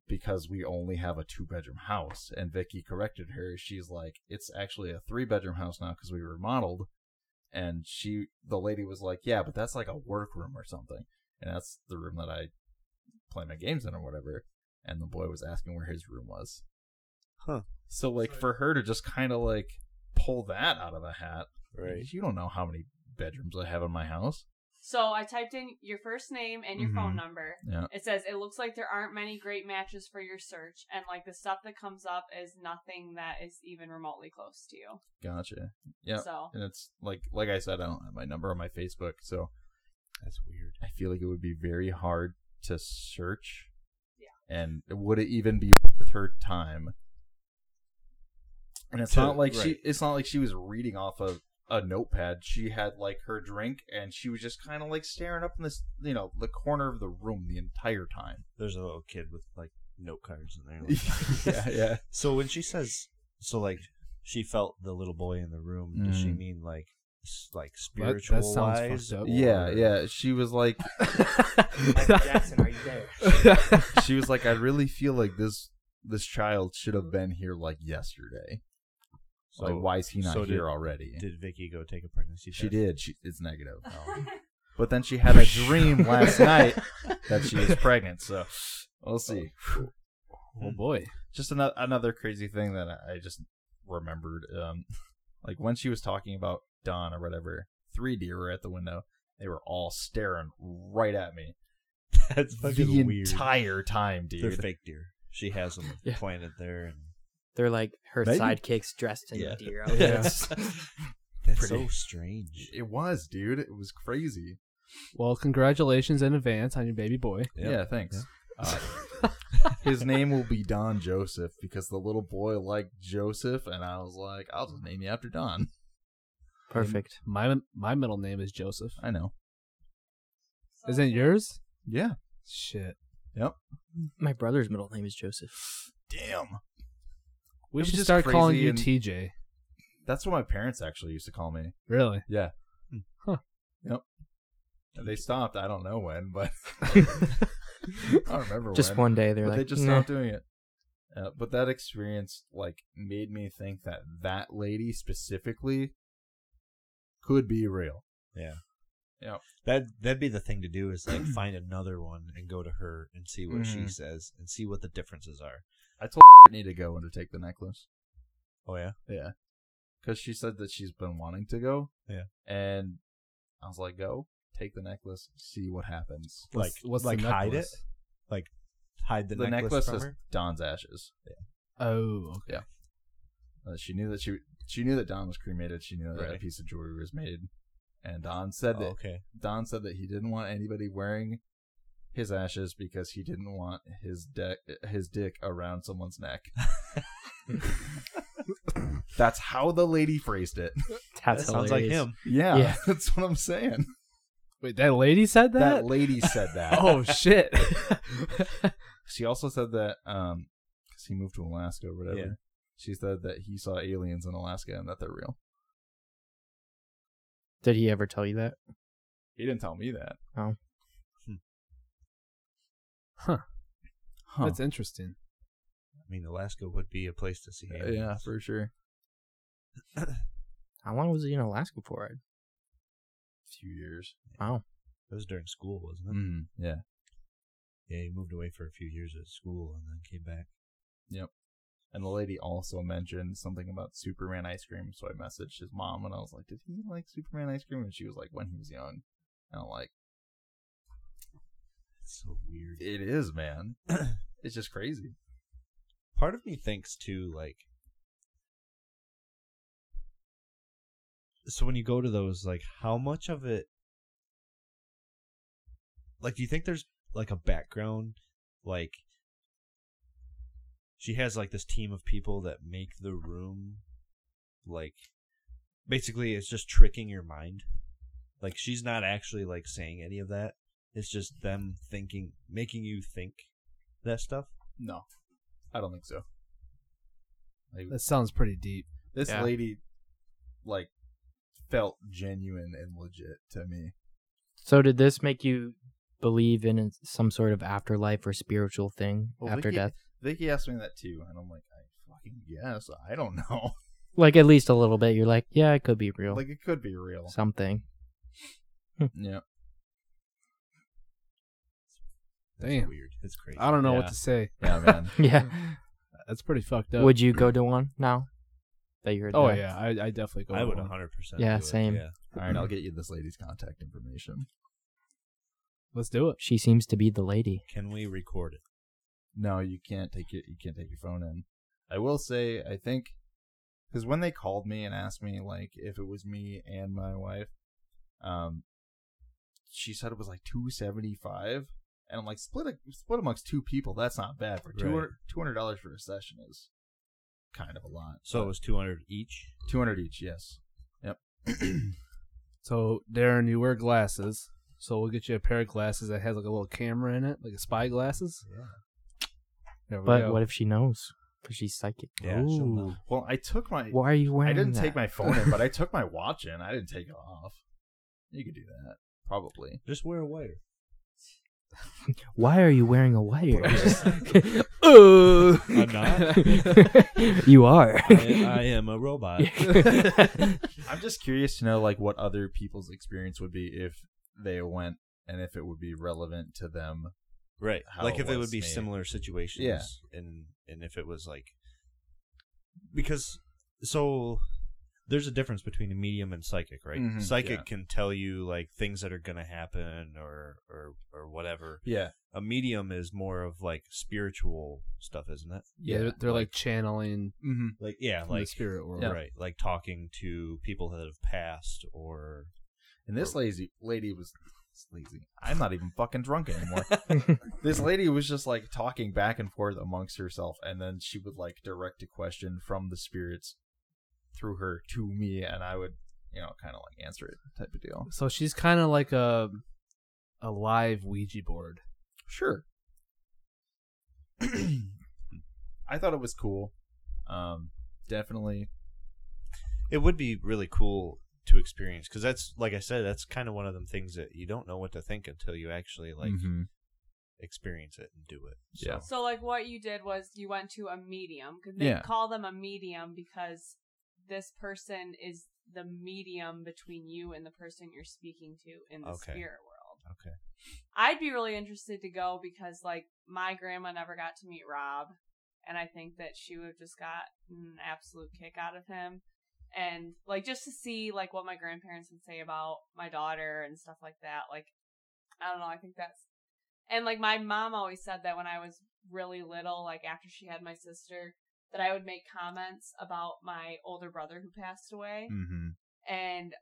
because we only have a two bedroom house. And Vicky corrected her. She's like, it's actually a three bedroom house now because we remodeled. And she, the lady was like, yeah, but that's like a workroom or something. And that's the room that I play my games in or whatever. And the boy was asking where his room was. Huh. So, like, for her to just kind of like pull that out of a hat, right. you don't know how many bedrooms I have in my house. So I typed in your first name and your phone Mhm. number. Yeah. It says it looks like there aren't many great matches for your search, and like the stuff that comes up is nothing that is even remotely close to you. Gotcha. Yeah. So And it's like, like I said, I don't have my number on my Facebook. So, That's weird. I feel like it would be very hard to search. Yeah. And would it even be worth her time? And it's To- not like she right. it's not like she was reading off of a notepad. She had like her drink and she was just kind of like staring up in this, you know, the corner of the room the entire time. There's a little kid with like note cards in there. like- yeah. So when she says, so like she felt the little boy in the room. Does she Mm. mean like, s- like that spiritual sounds fucked wise? up. Yeah, or- yeah. She was like Michael Jackson, are you there? she was like I really feel like this this child should have been here like yesterday. So like why is he not so here did- already? Did Vicky go take a pregnancy? She test? did. She, it's negative. But then she had a dream last night that she was pregnant. So we'll see. oh boy. Just another another crazy thing that I I just remembered. Um, like when she was talking about Don or whatever, three deer were at the window. They were all staring right at me That's fucking the weird. entire time, They're dude. fake deer. She has them Yeah. planted there. And They're like her Maybe. sidekicks dressed in Yeah. deer Yeah. outfits. that's Pretty- so strange. It was, dude. It was crazy. Well, congratulations in advance on your baby boy. Yep. Yeah, thanks. Uh, his name will be Don Joseph because the little boy liked Joseph, and I was like, I'll just name you after Don. Perfect. My my middle name is Joseph. I know. so- Isn't it yours? Yeah. Shit. My brother's middle name is Joseph. Damn. We It was should just start calling crazy you and- TJ. That's what my parents actually used to call me. Really? Yeah. Hmm. Huh. Yep. And they stopped. I don't know when, but I don't remember Just when. one day they're But like, they just "Nah." stopped doing it. Uh, but that experience like made me think that that lady specifically could be real. That that'd be the thing to do is like find another one and go to her and see what she Mhm. says and see what the differences are. I told Brittany to go and to take the necklace. Oh yeah, Yeah. Because she said that she's been wanting to go. Yeah. And I was like, go, take the necklace, see what happens. What's- like what's the like hide it, necklace? like hide the, The necklace, necklace, from is her. Don's ashes. Oh, okay. Uh, she knew that she she knew that Don was cremated. She knew that a Right. piece of jewelry was made, and Don said Oh, that okay, Don said that he didn't want anybody wearing his ashes because he didn't want his deck his dick around someone's neck. That's how the lady phrased it. That's sounds like hilarious. him. Yeah, Yeah. that's what I'm saying. Wait, that lady said that? That lady said that. oh shit. She also said that um, 'cause he moved to Alaska or whatever. Yeah. She said that he saw aliens in Alaska and that they're real. Did he ever tell you that? He didn't tell me that. Huh. That's interesting. I mean, Alaska would be a place to see. Uh, Yeah, yeah, for sure. How long was he in Alaska for? few years. Wow. It was during school, wasn't it? Mm, yeah. Yeah, he moved away for a few years at school and then came back. And the lady also mentioned something about Superman ice cream. So I messaged his mom and I was like, Did he like Superman ice cream? And she was like, When he was young. And I'm like, It's so weird. It is, man. it's just crazy. Part of me thinks too, like, so when you go to those, like, how much of it, like, do you think there's like a background, like, she has like this team of people that make the room, like, basically it's just tricking your mind. Like, she's not actually like saying any of that. It's just them thinking, making you think that stuff. No, I don't think so. Like, That sounds pretty deep. this Yeah. lady, like, felt genuine and legit to me. So did this make you believe in some sort of afterlife or spiritual thing Well, after Vicky- death? Vicky asked me that too. And I'm like, I fucking guess. I don't know. Like at least a little bit. You're like, yeah, it could be real. like, it could be real. Something. yeah. That's Damn. weird. It's crazy. I don't know Yeah. what to say. Yeah, man. Yeah. That's pretty fucked up. Would you go to one now that you heard? oh that? yeah, I, I definitely go. I to would one. 100. percent Yeah, same. Yeah. All right, I'll get you this lady's contact information. Let's do it. She seems to be the lady. Can we record it? No, you can't take it. You can't take your phone in. I will say, I think, because when they called me and asked me like if it was me and my wife, um, she said it was like two seventy five, and I'm like split a, split amongst two people. That's not bad for two Right. two hundred dollars for a session is kind of a lot. So it was 200 each. two hundred each. Yes. Yep. So Darren, you wear glasses, so we'll get you a pair of glasses that has like a little camera in it, like a spy glasses. Yeah. There we But go. what if she knows? Because she's psychic. Yeah, she'll know. well, I took my. Why are you wearing I didn't that? take my phone in, but I took my watch in. I didn't take it off. You could do that probably. Just wear a wire. Why are you wearing a wire? oh. I'm not. you are. I, I am a robot. I'm just curious to know like what other people's experience would be if they went and if it would be relevant to them. Right. How like if it it would was be made. similar situations. Yeah. And and if it was like because so there's a difference between a medium and psychic, right? Mhm, psychic yeah. can tell you like things that are gonna happen or or or whatever. Yeah. A medium is more of like spiritual stuff, isn't it? yeah, they're, they're like channeling Mm-hmm. Like yeah, from the like spirit world. right, like talking to people that have passed or And this lazy lady was this lazy. I'm not even fucking drunk anymore. this lady was just like talking back and forth amongst herself, and then she would like direct a question from the spirits through her to me, and I would, you know, kind of like answer it type of deal. So she's kind of like a a live Ouija board. Sure. I thought it was cool. Um, definitely. it would be really cool to experience because that's like i said that's kind of one of them things that you don't know what to think until you actually like Mm-hmm. Mm-hmm. experience it and do it so. Yeah. So, like, what you did was you went to a medium. 'cause they Yeah. call them a medium because this person is the medium between you and the person you're speaking to in the Okay. spirit world. Okay. I'd be really interested to go because, like, my grandma never got to meet Rob, and I think that she would have just got an absolute kick out of him. And like just to see like what my grandparents would say about my daughter and stuff like that. Like I don't know, I think that's and like my mom always said that when I was really little, like after she had my sister, that I would make comments about my older brother who passed away. Mm-hmm. And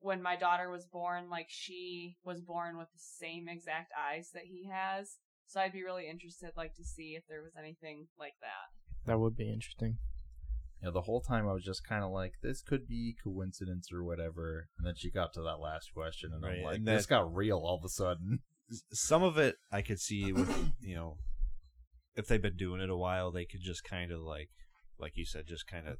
when my daughter was born, like she was born with the same exact eyes that he has. So I'd be really interested, like, to see if there was anything like that. that would be interesting. you know, the whole time I was just kind of like, this could be coincidence or whatever. And then she got to that last question, and I'm Right, like, and this that- got real all of a sudden. S- Some of it I could see with you know, if they've been doing it a while, they could just kind of like, like you said, just kind of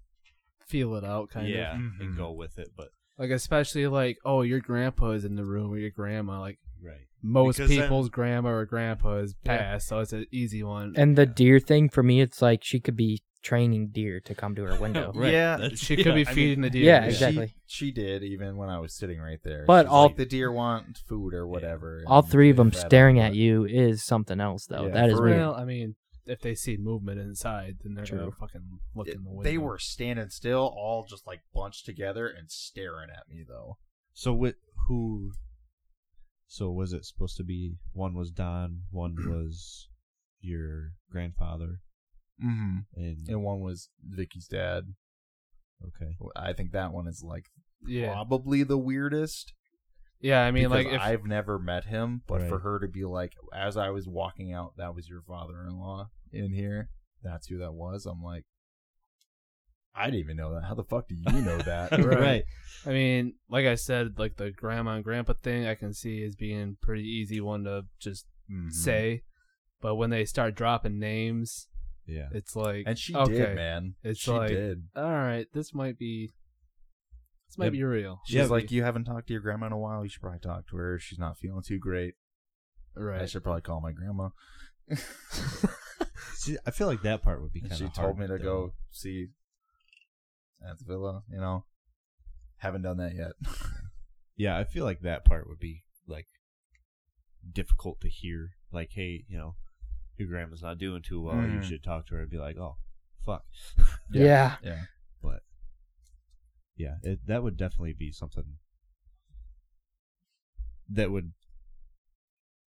Feel it out, kind of. Mm-hmm. yeah, Mhm. and go with it. But Like especially like, oh, your grandpa is in the room or your grandma. Like right, most Because then- people's grandma or grandpa is Yeah. passed, so it's an easy one. And the deer thing for me, it's like she could be training deer to come to her window. Right. Yeah. That's- she could be yeah, I mean- feeding the deer. yeah, exactly. She, she did, even when I was sitting right there. But She's all- like, the deer want food or whatever. All and three of them that staring up, at you is something else, though. Yeah, that is for weird. Well, I mean, if they see movement inside, then they're gonna True. fucking look but in the window. They were standing still, all just like bunched together and staring at me, though. So with who? So was it supposed to be one was Don, one was your grandfather, Mm-hmm. and And one was Vicky's dad. okay, I think that one is like yeah, probably the weirdest. yeah. I mean, because like if I've never met him, but for Right. her to be like, as I was walking out, that was your father-in-law in here. That's who that was. I'm like, I didn't even know that. How the fuck do you know that? Right. I mean, like I said, like the grandma and grandpa thing, I can see as being pretty easy one to just Mhm. say. But when they start dropping names, yeah, it's like, And she okay, did, man. It's she like- did. all right, this might be, this might Yeah, be real. She's like, you haven't talked to your grandma in a while. You should probably talk to her. She's not feeling too great. I right, should probably call my grandma. See, I feel like that part would be And kind of. she told me to go see at the villa. You know, haven't done that yet. Yeah, I feel like that part would be like difficult to hear. Like, hey, you know, your grandma's not doing too well. You Mhm. should talk to her and be like, oh, fuck. yeah. yeah. Yeah, it, that would definitely be something that would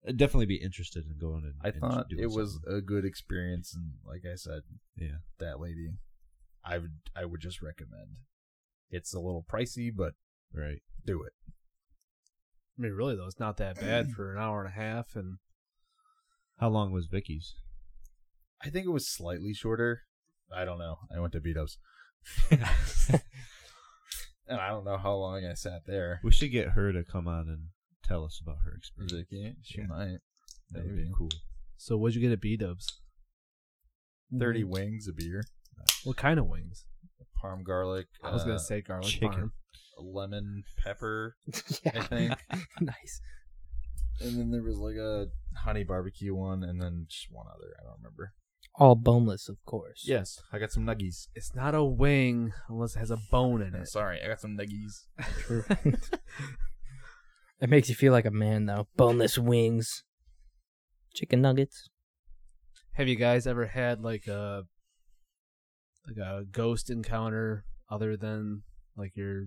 I'd definitely be interested in going and. I and thought doing it was something. a good experience, and like I said, Yeah. that lady, I would I would just recommend. It's a little pricey, but right. do it. I mean, really though, it's not that bad for an hour and a half, and How long was Vicky's? I think it was slightly shorter. I don't know. I went to beat ups, and I don't know how long I sat there. We should get her to come on and tell us about her experience. Vicky, she Yeah. might. That would Maybe. be cool. so what'd you get at B Dubs? Thirty wings, a beer, What kind of wings? parm garlic. I was uh, gonna say garlic chicken. parm. lemon pepper, I yeah. think. nice. and then there was like a honey barbecue one, and then just one other. I don't remember. All boneless, of course. Yes, I got some nuggies. It's not a wing unless it has a bone in Yeah, it. Uh, Sorry, I got some nuggies. True. it makes you feel like a man, though. Boneless wings, chicken nuggets. Have you guys ever had like a like a ghost encounter other than like your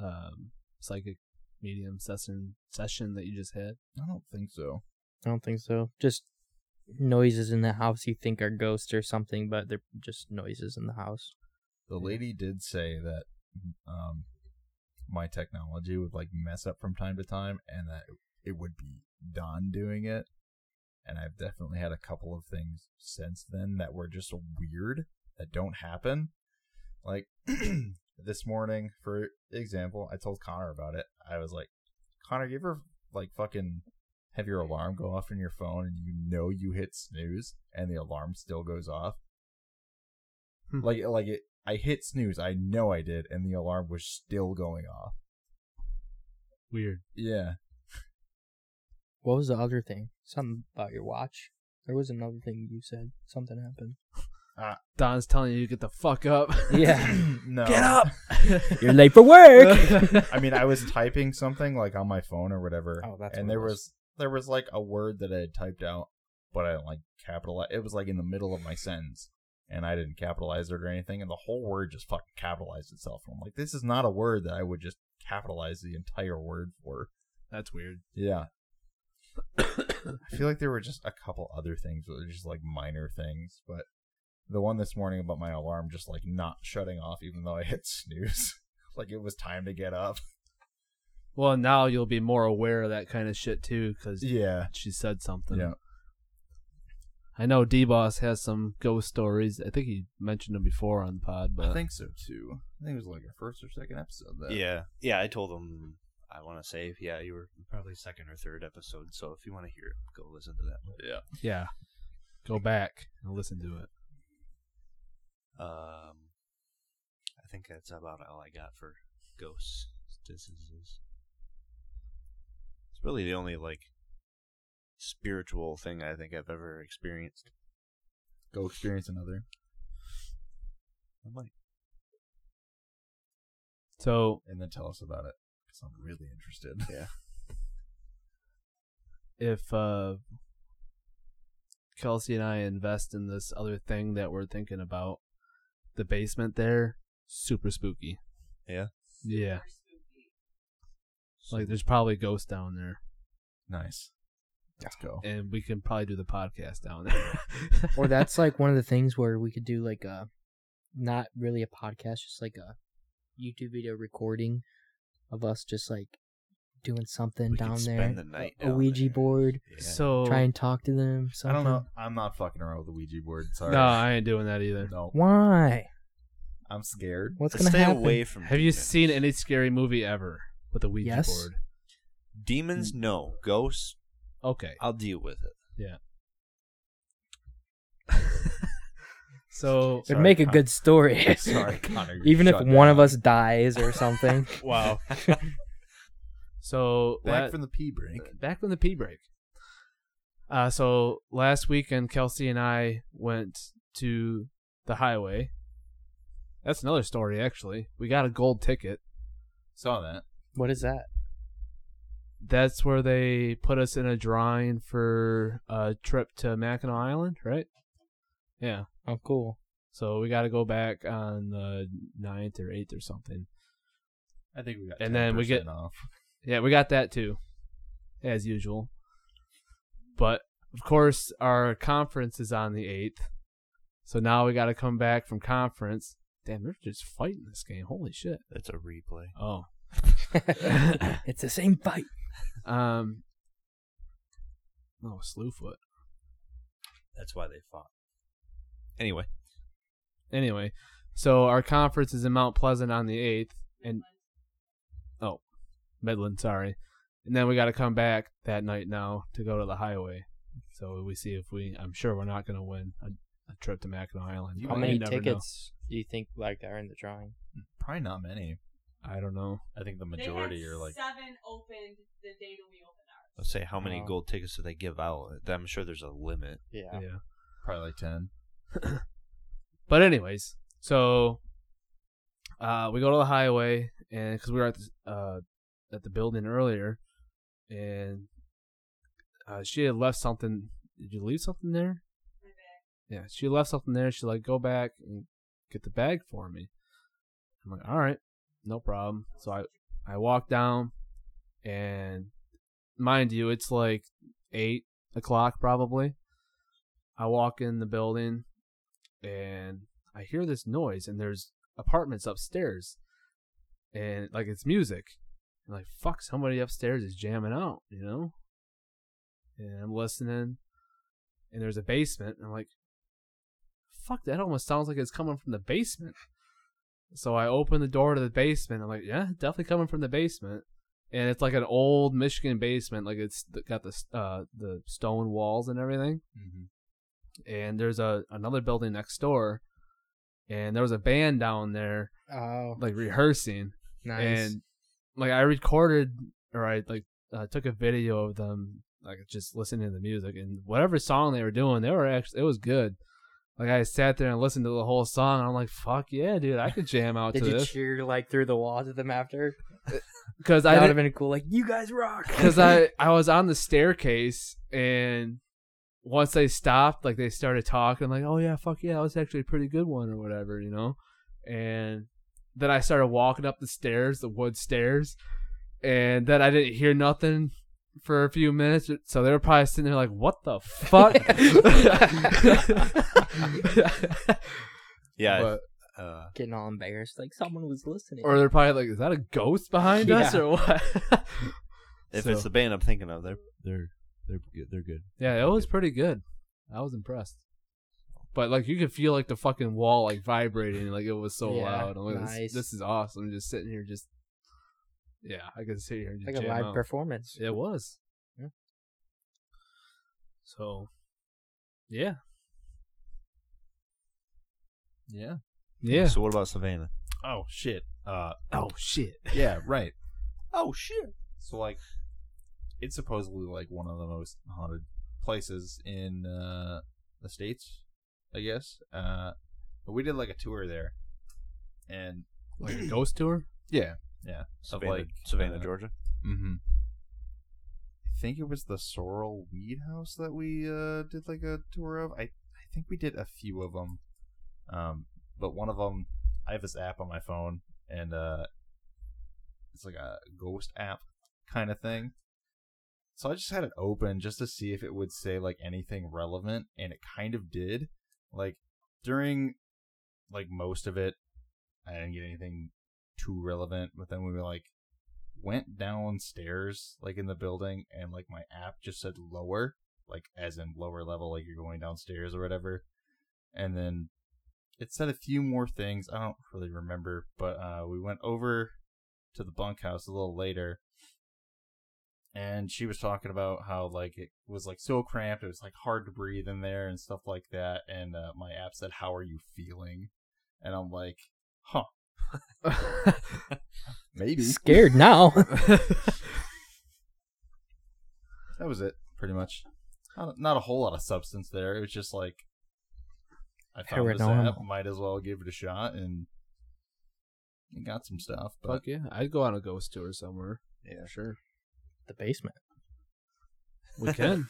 um, psychic medium session session that you just had? I don't think so. I don't think so. Just noises in the house you think are ghosts or something, but they're just noises in the house. The lady did say that um, my technology would like mess up from time to time, and that it would be Don doing it. And I've definitely had a couple of things since then that were just weird that don't happen. Like this morning, for example, I told Connor about it. I was like, Connor, you ever like fucking have your alarm go off on your phone and you know you hit snooze and the alarm still goes off? Hmm. Like like it I hit snooze, I know I did, and the alarm was still going off. Weird. Yeah. What was the other thing? Something about your watch. There was another thing you said. Something happened. Don's telling you to get the fuck up. Yeah. no. Get up. You're late for work. I mean, I was typing something like on my phone or whatever, Oh, that's and what there it was. was. there was like a word that I had typed out, but I didn't like capitalize. It was like in the middle of my sentence, and I didn't capitalize it or anything, and the whole word just fucking capitalized itself. And I'm like, this is not a word that I would just capitalize the entire word for. That's weird. Yeah. I feel like there were just a couple other things that were just like minor things, but the one this morning about my alarm just like not shutting off even though I hit snooze. like it was time to get up. Well, now you'll be more aware of that kind of shit too, because Yeah. she said something. Yeah. I know D Boss has some ghost stories. I think he mentioned them before on the pod, but I think so too. I think it was like our first or second episode. That Yeah, yeah. I told him I want to say, yeah, you were probably second or third episode. So if you want to hear it, go listen to that one. yeah. yeah, go back and listen to it. Um, I think that's about all I got for ghosts diseases. It's really the only like spiritual thing I think I've ever experienced. Go experience another. I might. So and then tell us about it because I'm really interested. Yeah. if uh, Kelsey and I invest in this other thing that we're thinking about, the basement there, super spooky. Yeah? Yeah. Super spooky. Like there's probably ghosts down there, Nice. Let's go. and we can probably do the podcast down there. or that's like one of the things where we could do like a not really a podcast just like a youtube video recording of us just like doing something We could down there spend the night a down ouija there. board So try and talk to them I something. don't know. I'm not fucking around with the Ouija board. Sorry. no, I ain't doing that either. No. why I'm scared. what's Let's gonna stay happen away from. Have you demons. seen any scary movie ever with a Ouija Yes. board? demons? No ghosts. Okay. I'll deal with it. So it'd make a good story Sorry, Connor. you even if shut one of down. us dies or something wow. so back that- from the pee break. back from the pee break. Uh, so last weekend, Kelsey and I went to the highway. That's another story, actually. We got a gold ticket. Saw that. what is that That's where they put us in a drawing for a trip to Mackinac Island, right? Yeah. oh cool So we got to go back on the 9th or 8th or something. I think we got. And then we get- 10% off. Yeah, we got that too, as usual. But of course, our conference is on the eighth, so now we got to come back from conference. Damn, they're just fighting this game. Holy shit! That's a replay. Oh, it's the same fight um, oh, Slewfoot. That's why they fought. Anyway, Anyway, so our conference is in Mount Pleasant on the eighth, and oh, Midland, sorry. And then we got to come back that night now to go to the highway. So we see if we. I'm sure we're not going to win a, a trip to Mackinac Island. You how but many never know. tickets do you think like are in the drawing Probably not many. I don't know. I think the They had majority are like seven opened the day that we opened ours. let's say how many Oh. gold tickets do they give out? I'm sure there's a limit. Yeah. probably like ten. But anyways, so uh, we go to the highway, and because we were at the, uh, at the building earlier, and uh, she had left something. Did you leave something there? My bad. Yeah, she left something there. She like, go back and get the bag for me. I'm like, all right, no problem. So I I walk down, and mind you, it's like eight o'clock probably. I walk in the building, and I hear this noise, and there's apartments upstairs, and like it's music. And like, fuck, somebody upstairs is jamming out, you know. And I'm listening, and there's a basement. And I'm like fuck, that almost sounds like it's coming from the basement. So I open the door to the basement. I'm like, yeah, definitely coming from the basement. And it's like an old Michigan basement. Like it's th- got the s- uh, the stone walls and everything. And there's a another building next door. And there was a band down there oh like rehearsing. nice And like I recorded or I like uh, took a video of them like just listening to the music and whatever song they were doing, they were actually it was good. Like I sat there and listened to the whole song. And I'm like, fuck yeah, dude, I could jam out did to you this cheer like through the walls at them after? because That I would have did- been cool. Like you guys rock. because I I was on the staircase and once they stopped, like they started talking, like oh yeah, fuck yeah, that was actually a pretty good one or whatever, you know. And then I started walking up the stairs, the wood stairs, and then I didn't hear nothing for a few minutes. So they were probably sitting there like, what the fuck? Yeah, But- uh, getting all embarrassed. Like someone was listening. or they're probably like, is that a ghost behind us Yeah. or what? if So- it's the band I'm thinking of, they're They're they're good. They're good. yeah, it was pretty good. I was impressed. But like you could feel like the fucking wall like vibrating, like it was so Yeah, loud. I'm like, this- nice. this, is awesome. Just sitting here, just yeah, I could sit here and just Like jam a live out. performance. It was. Yeah. So, yeah, Yeah. yeah. So what about Savannah? Oh shit. Uh Oh shit! yeah, right. Oh shit! So like it's supposedly like one of the most haunted places in uh the states, I guess. Uh but we did like a tour there. And Like a ghost tour? yeah, yeah. Savannah, like, Savannah, uh, Georgia. Mhm. I think it was the Sorrel Weed House that we uh did like a tour of. I I think we did a few of them. Um but one of them I have this app on my phone and uh it's like a ghost app kind of thing. So I just had it open just to see if it would say like anything relevant, and it kind of did. Like during like most of it, I didn't get anything too relevant. But then we were like went downstairs, like in the building, and like my app just said lower, like as in lower level, like you're going downstairs or whatever. And then it said a few more things. I don't really remember, but uh, we went over to the bunkhouse a little later and she was talking about how like it was like so cramped it was like hard to breathe in there and stuff like that and uh, my app said how are you feeling and i'm like huh maybe Scared now. that was it pretty much not, not a whole lot of substance there it was just like i found this app Paranormal. might as well give it a shot and it got some stuff but Fuck yeah! I'd go on a ghost tour somewhere. Yeah. sure. the basement. We can.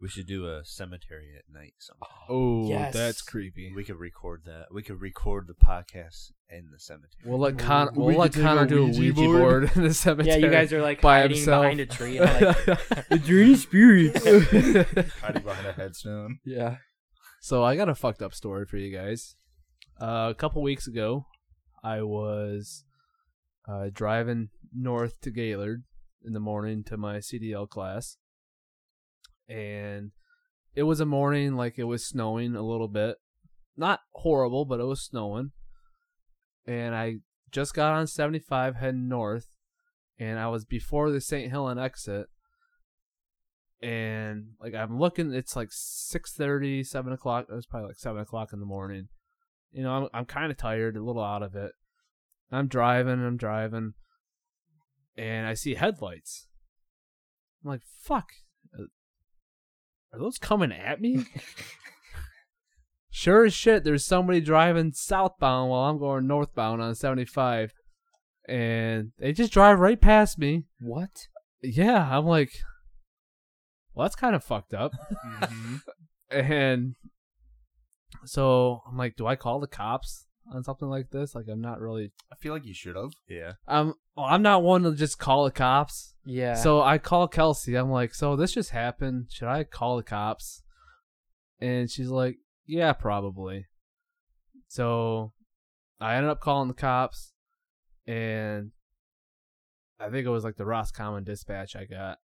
We should do a cemetery at night sometime. oh, Yes. that's creepy. We could record that. We could record the podcast in the cemetery. We'll let Con- We we'll let could take Connor a do a Ouija Ouija board, board. in the cemetery. Yeah, you guys are like by hiding himself. behind a tree. I'm like- hiding behind a headstone yeah. So I got a fucked up story for you guys. Uh, a couple weeks ago, I was uh, driving north to Gaylord in the morning to my CDL class, and it was a morning like it was snowing a little bit, not horrible, but it was snowing. And I just got on 75 heading north, and I was before the St. Helen exit, and like I'm looking, it's like 6:30, 7 o'clock. It was probably like seven o'clock in the morning. You know, I'm I'm kind of tired, a little out of it. I'm driving, I'm driving, and I see headlights. I'm like, fuck, uh, are those coming at me? sure as shit, there's somebody driving southbound while I'm going northbound on 75, and they just drive right past me. what? Yeah, I'm like, well, that's kind of fucked up. And so I'm like, do I call the cops on something like this? Like, I'm not really. i feel like you should have Yeah. I'm. Well, I'm not one to just call the cops. Yeah. So I call Kelsey. I'm like, so this just happened. Should I call the cops? And she's like, yeah, probably. So I ended up calling the cops, and I think it was like the Roscommon dispatch I got.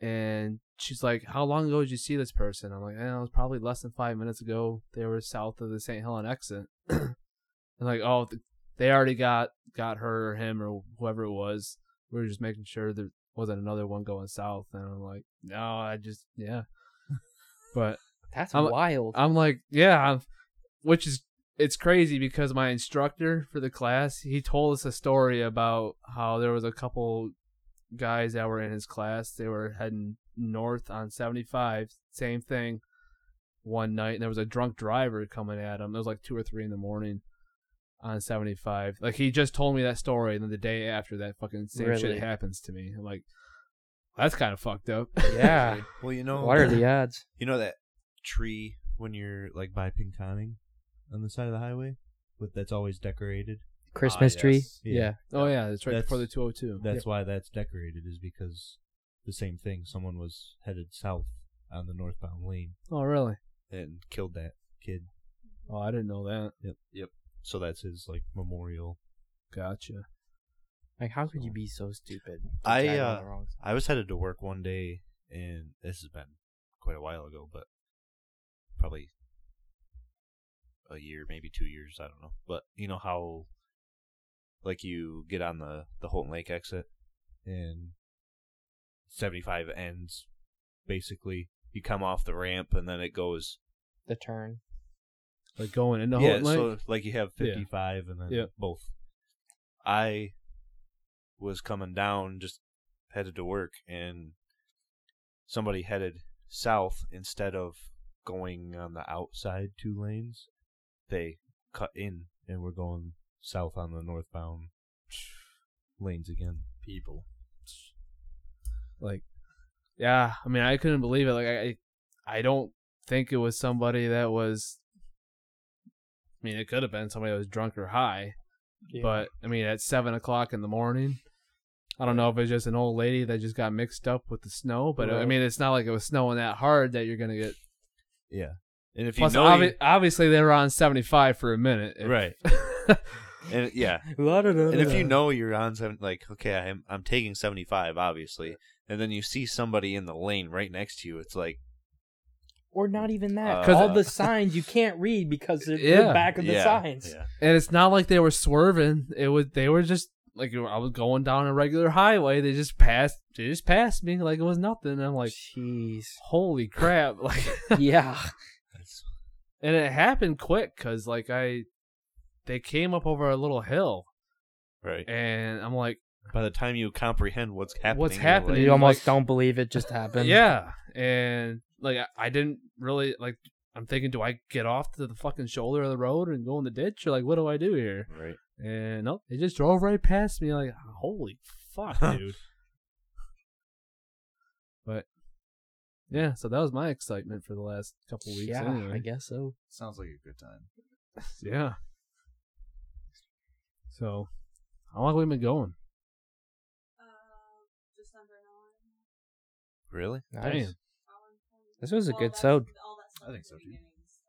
And she's like, how long ago did you see this person? I'm like, eh, it was probably less than five minutes ago. They were south of the St. Helen exit. and like, oh, th- they already got got her or him or whoever it was we were just making sure there wasn't another one going south and i'm like no i just yeah but That's I'm- wild. i'm like yeah I'm, which is it's crazy because my instructor for the class he told us a story about how there was a couple guys that were in his class they were heading north on 75 same thing one night and there was a drunk driver coming at him it was like two or three in the morning on 75 like he just told me that story and then the day after that fucking same Really? shit happens to me i'm like that's kind of fucked up yeah. Well, you know, what are the odds? you know that tree when you're like by Pinconning on the side of the highway, but that's always decorated. Christmas yes. tree. Yeah. Yeah. oh Ah, yeah it's right That's- before the 202 That's why that's decorated is because the same thing. Someone was headed south on the northbound lane oh really and killed that kid. oh i didn't know that So that's his like memorial. gotcha Like, how Oh. could you be so stupid? to I, drive on uh, the wrong- I was headed to work one day, and this has been quite a while ago, but probably a year, maybe two years. I don't know. But you know how, like, you get on the the Holton Lake exit, and seventy five ends. Basically, you come off the ramp, and then it goes. The turn. Like going into yeah, Holton Lake. so like you have Yeah. fifty five, and then Yeah. both. I was coming down, just headed to work, and somebody headed south instead of going on the outside two lanes. They cut in and were going south on the northbound lanes again. people. like yeah i mean i couldn't believe it like i i I don't think it was somebody that was i mean it could have been somebody that was drunk or high but i mean at seven o'clock in the morning i don't know if it's just an old lady that just got mixed up with the snow but i Right. mean it's not like it was snowing that hard that you're gonna get And if plus you know, you- obvi- obviously they were on 75 for a minute if- right? and yeah, and if you know you're on seven, like okay, I'm I'm taking seventy five, obviously, and then you see somebody in the lane right next to you, it's like or not even that. 'Cause- All the signs you can't read because they're Yeah. the back of the yeah, signs. yeah. and it's not like they were swerving it was they were just like i was going down a regular highway they just passed they just passed me like it was nothing and i'm like Jeez. holy crap like yeah. and it happened quick because like i they came up over a little hill Right. and i'm like By the time you comprehend what's happening, What's you're happening? like- You almost like- don't believe it just happened. yeah and like I, I didn't really like i'm thinking do i get off to the fucking shoulder of the road and go in the ditch or like what do i do here right. and nope they just drove right past me like holy fuck dude but yeah so that was my excitement for the last couple weeks yeah, anyway. I guess so. Sounds like a good time. Yeah. So, how long have we been going? Um, just under an hour. and a half. Really? Nice. Damn. Hour and twenty. This was a Well, good that's- sode. all that stuff I think at so, the too. beginning, so.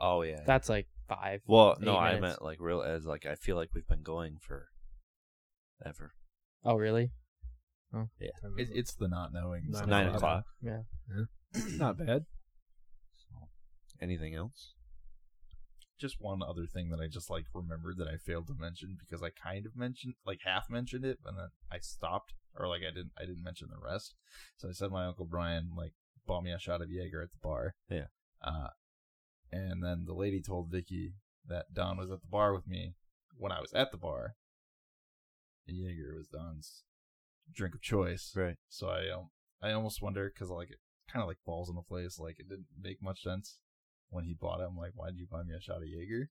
Oh yeah. That's like five. well, no, eight I minutes. meant like real as like I feel like we've been going for ever. Oh, really? Oh, It, it's the not knowing. Nine Nine o'clock. o'clock. Yeah. Not bad. Anything else? Just one other thing that I just like remembered that I failed to mention because I kind of mentioned, like half mentioned it, and then I stopped, or like I didn't, I didn't mention the rest. So I said my uncle Brian like bought me a shot of Jaeger at the bar. Yeah. Uh, and then the lady told Vicky that Don was at the bar with me when I was at the bar. And Jaeger was Don's drink of choice. Right. So I um, I almost wonder because like it kind of like falls into place. Like it didn't make much sense when he bought it. I'm like, why did you buy me a shot of Jaeger?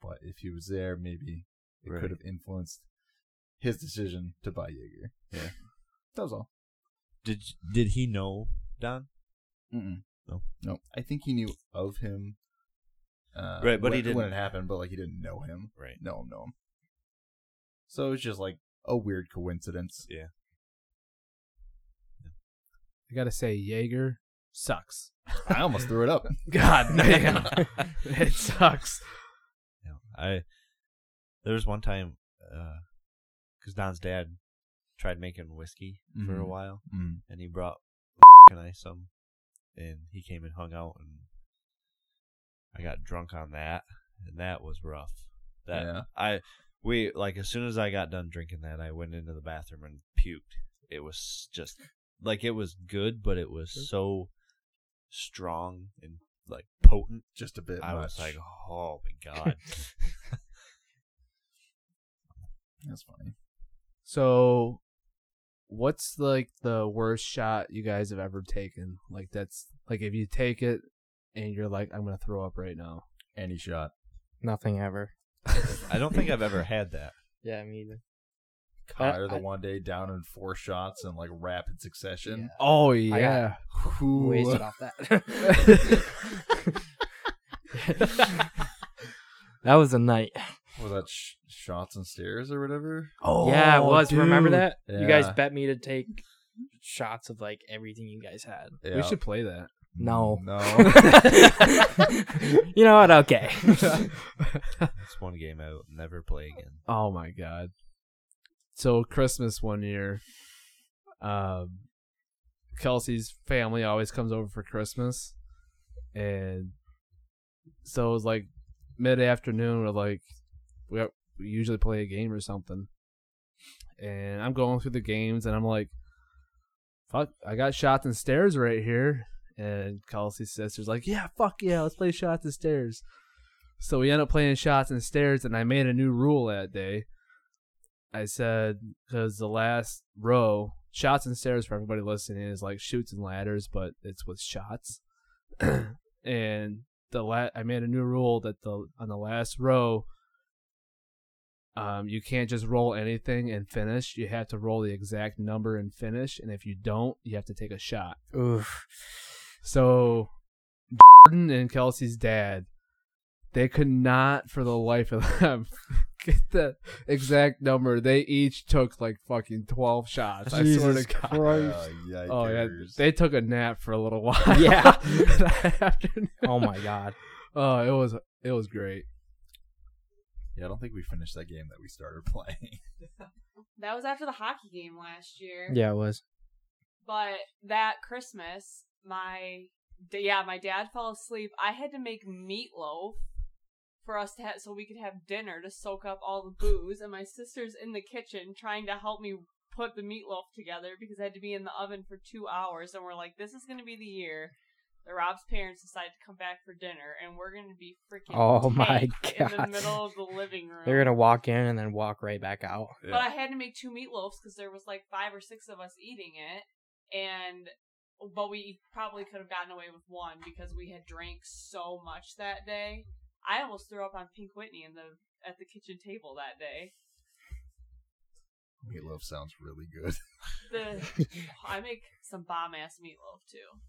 But if he was there, maybe it Right. could have influenced his decision to buy Jaeger. Yeah. that was all. Did did he know Don? Mm-mm. No? no. I think he knew of him. Uh, Right, but he when- when didn't- it happened, but like he didn't know him. Right. No, no. So it's just like a weird coincidence. I gotta say, Jaeger sucks. I almost threw it up. God damn, it sucks. Yeah. I there was one time because Don's dad tried making whiskey for a Mhm. while, Mm. and he brought and I some, and he came and hung out, and I got drunk on that, and that was rough. That Yeah. I we like as soon as I got done drinking that, I went into the bathroom and puked. It was just like it was good, but it was so strong and like potent. Just a bit. I much. was like, oh my god. that's funny. So, what's like the worst shot you guys have ever taken? Like that's like if you take it and you're like, I'm gonna throw up right now. Any shot. Nothing ever. I don't think I've ever had that. Yeah, me either. Connor the I- one day down in four shots in like rapid succession. Oh got- yeah, Ooh. Wasted off that. that was a night. Was that sh- shots and stairs or whatever? oh yeah, it was. Remember dude. that? You guys Yeah. bet me to take shots of like everything you guys had. We Yeah. should play that. No. No. Oh, you know what? Okay. That's one game I will never play again. Oh my god. So Christmas one year, um, Kelsey's family always comes over for Christmas, and so it was like mid afternoon. We're like, we we usually play a game or something, and I'm going through the games, and I'm like, fuck, I got shots and stairs right here, and Kelsey's sister's like, yeah, fuck yeah, let's play shots and stairs. So we end up playing shots and stairs, and I made a new rule that day. I said because the last row shots and stairs for everybody listening is like shoots and ladders, but it's with shots. and the la- I made a new rule that the on the last row, um, you can't just roll anything and finish. You have to roll the exact number and finish, and if you don't, you have to take a shot. Oof. So, Jordan and Kelsey's dad, they could not for the life of them get the exact number. They each took like fucking 12 shots. I swear to God. Uh, Oh, yeah. yikers. They took a nap for a little while. Yeah. that afternoon. Oh my god. Oh, it was, it was great. yeah, I don't think we finished that game that we started playing. That was after the hockey game last year. Yeah, it was. But that Christmas, my d- yeah, my dad fell asleep. I had to make meatloaf for us to have so we could have dinner to soak up all the booze, and my sister's in the kitchen trying to help me put the meatloaf together because I had to be in the oven for two hours, and we're like, this is gonna be the year. that Rob's parents decide to come back for dinner, and we're going to be freaking Oh my tanked in the God. middle of the living room. They're gonna walk in and then walk right back out. But I had to make two meatloaves because there was like five or six of us eating it, and but we probably could have gotten away with one because we had drank so much that day. I almost threw up on Pink Whitney in the at the kitchen table that day. Meatloaf sounds really good. The I make some bomb ass meatloaf too.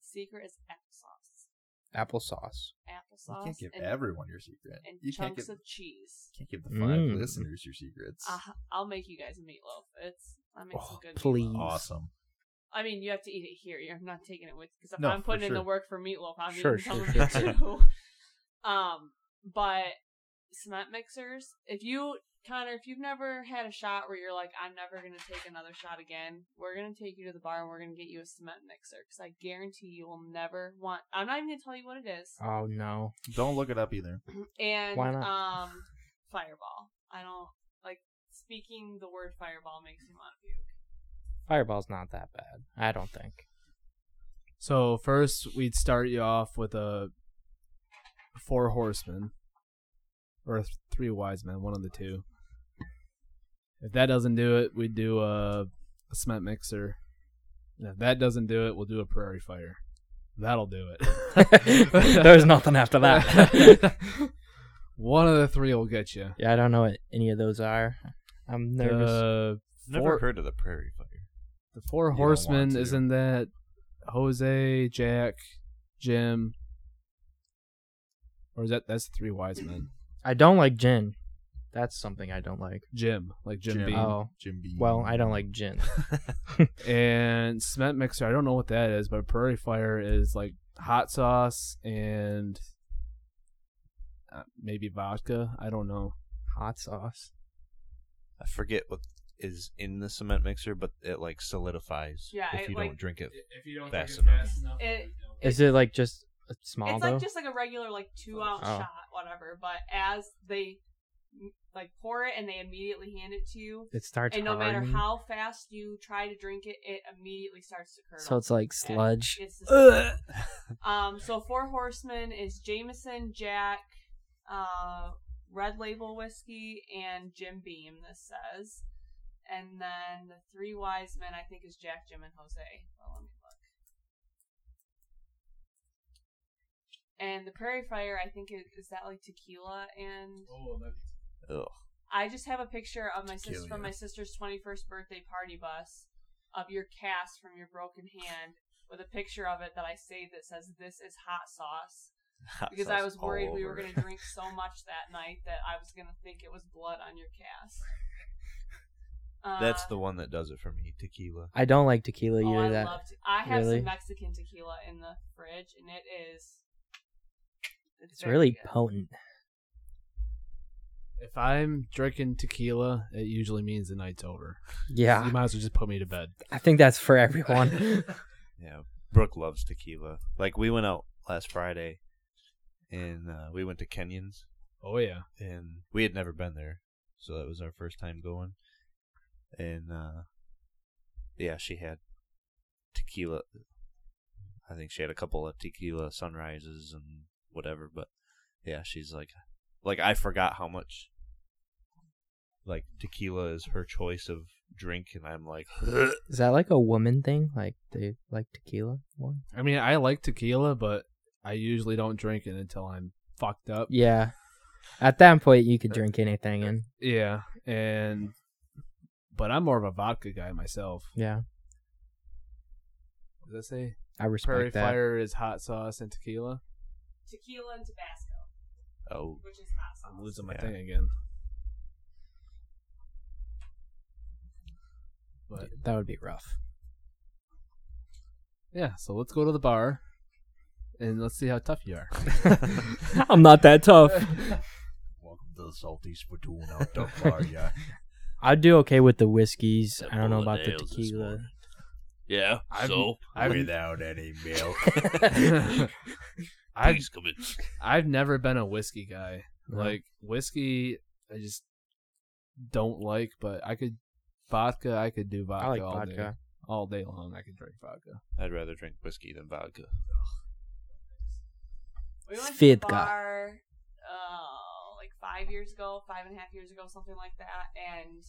Secret is applesauce, Applesauce. applesauce, you can't give and, everyone your secret. and You can't chunks give, of cheese. can't give the five Mm. listeners your secrets. Uh, I'll make you guys a meatloaf. It's I make some Oh, good. please. meatloaf. Awesome. I mean, you have to eat it here. You're not taking it with because if No, I'm for putting in the sure. work for meatloaf, I'm Sure, eating some sure, of sure. it too. um, but cement mixers. If you Connor, if you've never had a shot where you're like, I'm never gonna take another shot again, we're gonna take you to the bar and we're gonna get you a cement mixer because I guarantee you will never want. I'm not even gonna tell you what it is. Oh no. Don't look it up either. And Why not? um, fireball. I don't like speaking the word fireball makes me want to puke. Fireball's not that bad. I don't think. So first we'd start you off with a four horsemen or th- three wise men, one of the two. If that doesn't do it, we'd do a, a cement mixer. And if that doesn't do it, we'll do a prairie fire. That'll do it. There's nothing after that. one of the three will get you. yeah, I don't know what any of those are. I'm nervous. The Never Uh, four, heard of the Prairie Fire. the four don't want horsemen to. isn't that Jose, Jack, Jim, or is that that's three wise men? I don't like gin. That's something I don't like. Jim, like Jim, Jim. Beam. Oh. Jim Beam. Well, I don't like gin. And cement mixer, I don't know what that is, but prairie fire is like hot sauce and uh, maybe vodka. I don't know. Hot sauce. I forget what is in the cement mixer, but it like solidifies Yeah, if it, you like- don't drink it. If you don't drink Fast it enough. fast enough, It- Is it like just a small it's though? like just like a regular like two ounce Oh. shot whatever but as they mm, like pour it and they immediately hand it to you it starts and no matter hardening. how fast you try to drink it it immediately starts to curdle So it's like And sludge. it's disgusting. Ugh. um so four horsemen is jameson jack uh red label whiskey and jim beam this says and then the three wise men i think is jack jim and jose well, let me look. and the prairie fire i think it, is that like tequila and Oh, Ugh. I just have a picture of my sister Tequila. from my sister's twenty first birthday party bus of your cast from your broken hand with a picture of it that I saved that says this is hot sauce Hot because I sauce was all worried we were over going it. to drink so much that night that I was going to think it was blood on your cast. Uh, That's the one that does it for me. Tequila. I don't like tequila oh, either. I that love te- I have really? some Mexican tequila in the fridge and it is it's very really good. potent. if I'm drinking tequila, it usually means the night's over. Yeah, You might as well just put me to bed. I think that's for everyone. Yeah, Brooke loves tequila. Like we went out last Friday, and uh, we went to Kenyon's, Oh yeah. and we had never been there, so that was our first time going. And uh, yeah, she had tequila. I think she had a couple of tequila sunrises and whatever, but yeah, she's like, like I forgot how much like tequila is her choice of drink, and I'm like, Is that like a woman thing? Like they like tequila more? I mean, I like tequila, but I usually don't drink it until I'm fucked up. Yeah. At that point, you could drink anything, and Yeah, and but I'm more of a vodka guy myself. yeah, What did I say? I respect Prairie that. Fire is hot sauce and tequila. Tequila and Tabasco, oh, which is hot sauce. I'm losing my Yeah. thing again. But That would be rough. yeah, so let's go to the bar and let's see how tough you are. I'm not that tough. Welcome to the Southeast Platoon out the bar, yeah. I'd do okay with the whiskeys. I don't know Pulling about the nails this tequila. morning. Yeah, I've- so I've- without any milk, I've please come in. I've never been a whiskey guy. No. Like whiskey, I just don't like. But I could vodka. I could do vodka I like all day, vodka. all day long. I could drink vodka. I'd rather drink whiskey than vodka. We went to the Svedka. bar uh, like five years ago, five and a half years ago, something like that, and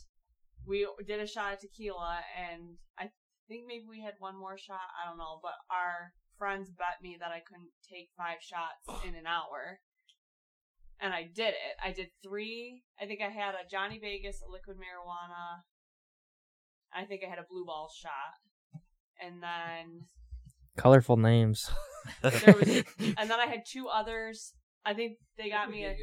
we did a shot of tequila, and I think maybe we had one more shot. I don't know, but our friends bet me that I couldn't take five shots in an hour. And I did it. I did three. I think I had a Johnny Vegas, a liquid marijuana. I think I had a blue ball shot. And then Colorful names. There was- and then I had two others. I think they got me a.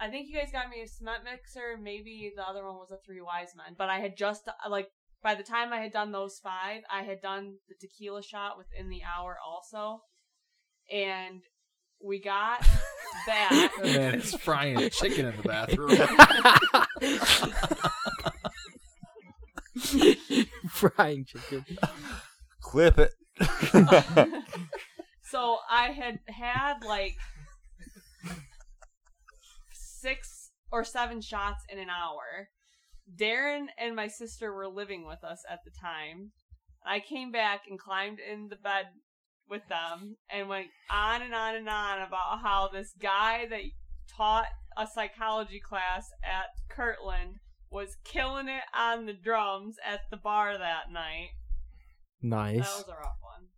I think you guys got me a cement mixer. Maybe the other one was a three wise men. But I had just uh, like by the time I had done those five, I had done the tequila shot within the hour also, and we got that. Man, it's frying chicken in the bathroom. Frying chicken. Clip it. so I had had like six or seven shots in an hour. Darren and my sister were living with us at the time. I came back and climbed in the bed with them and went on and on and on about how this guy that taught a psychology class at Kirtland was killing it on the drums at the bar that night. That Nice. was a rough one.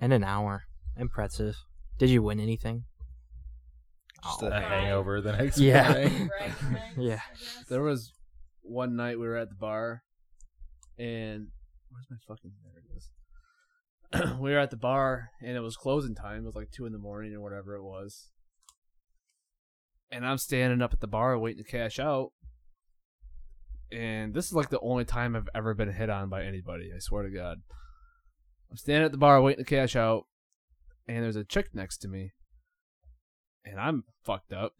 And an hour. Impressive. Did you win anything? Just Oh. a hangover the next Yeah. morning. Right? Yeah. There was one night we were at the bar, and where's my fucking there it is. we were at the bar and it was closing time. It was like two in the morning or whatever it was. And I'm standing up at the bar waiting to cash out. And this is like the only time I've ever been hit on by anybody. I swear to God. I'm standing at the bar waiting to cash out, and there's a chick next to me. And I'm fucked up.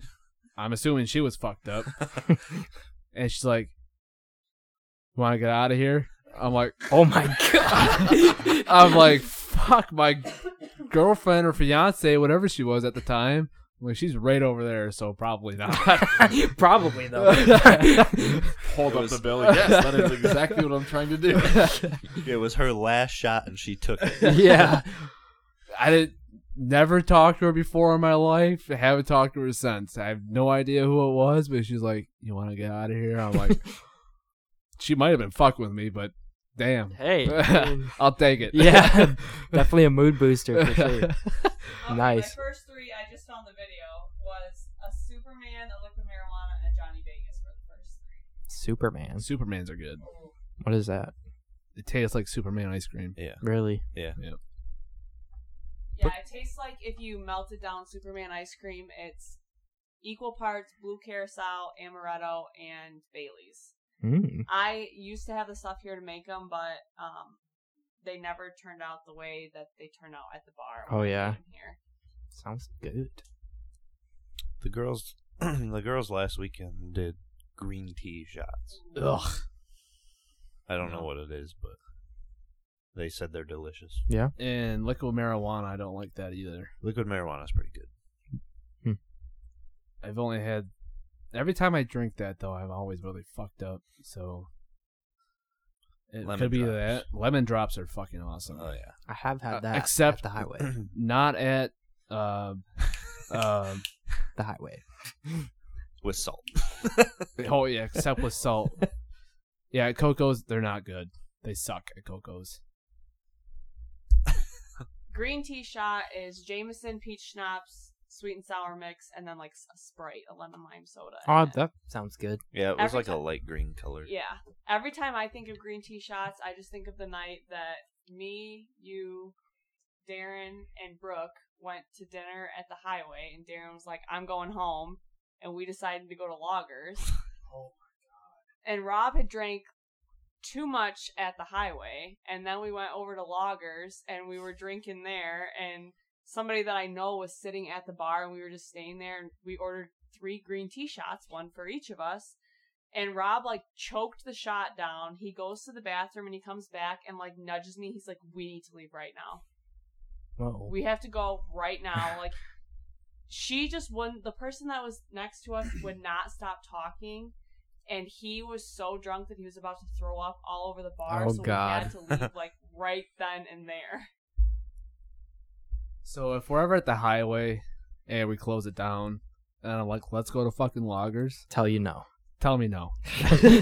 I'm assuming she was fucked up. And she's like, "You want to get out of here?" I'm like, Oh my god. I'm like, "Fuck my girlfriend or fiance, whatever she was at the time." I'm like, she's right over there, so probably not. Probably though. Hold up the bill. Yes, that is exactly what I'm trying to do. It was her last shot, and she took it. yeah, I did never talked to her before in my life. I haven't talked to her since. I have no idea who it was, but she's like, "You want to get out of here?" I'm like, she might have been fucking with me, but damn, hey. I'll take it. Yeah. Definitely a mood booster for sure. Okay, Nice. My first three I just found the video was a Superman, a liquid marijuana, and a Johnny Vegas for the first three. Superman. Supermans are good. What is that? It tastes like Superman ice cream. Really? Yeah, it tastes like if you melted down Superman ice cream. It's equal parts blue carousel, amaretto, and Bailey's. Mm. I used to have the stuff here to make them, but um, they never turned out the way that they turn out at the bar. when Oh, I yeah. came Here. Sounds good. The girls, the girls last weekend did green tea shots. Ugh. I don't know what it is, but They said they're delicious. And liquid marijuana, I don't like that either. Liquid marijuana is pretty good. I've only had every time I drink that though, I've always really fucked up. So it Lemon could be drops. that lemon drops are fucking awesome. Oh, yeah, I have Uh, had that. except- at the highway. Not at uh, uh, the highway. with salt. oh yeah, except with salt. Yeah, at Coco's they're not good. They suck at Coco's. Green tea shot is Jameson peach schnapps, sweet and sour mix, and then like s- a Sprite, a lemon lime soda. in Oh, it. that sounds good. Yeah, it was Every like a time- light green color. Yeah. Every time I think of green tea shots, I just think of the night that me, you, Darren, and Brooke went to dinner at the highway, and Darren was like, I'm going home. And we decided to go to Loggers. oh my God. And Rob had drank too much at the highway. And then we went over to Loggers and we were drinking there. And somebody that I know was sitting at the bar, and we were just staying there. And we ordered three green tea shots, one for each of us and Rob like choked the shot down. He goes to the bathroom and he comes back and like nudges me. He's like, "We need to leave right now. Whoa. We have to go right now." Like she just wouldn't. The person that was next to us would not stop talking, and he was so drunk that he was about to throw up all over the bar. Oh, so we God. had to leave like right then and there. So if we're ever at the highway and we close it down, and I'm like, let's go to fucking Loggers. Tell you no. Tell me no, I'm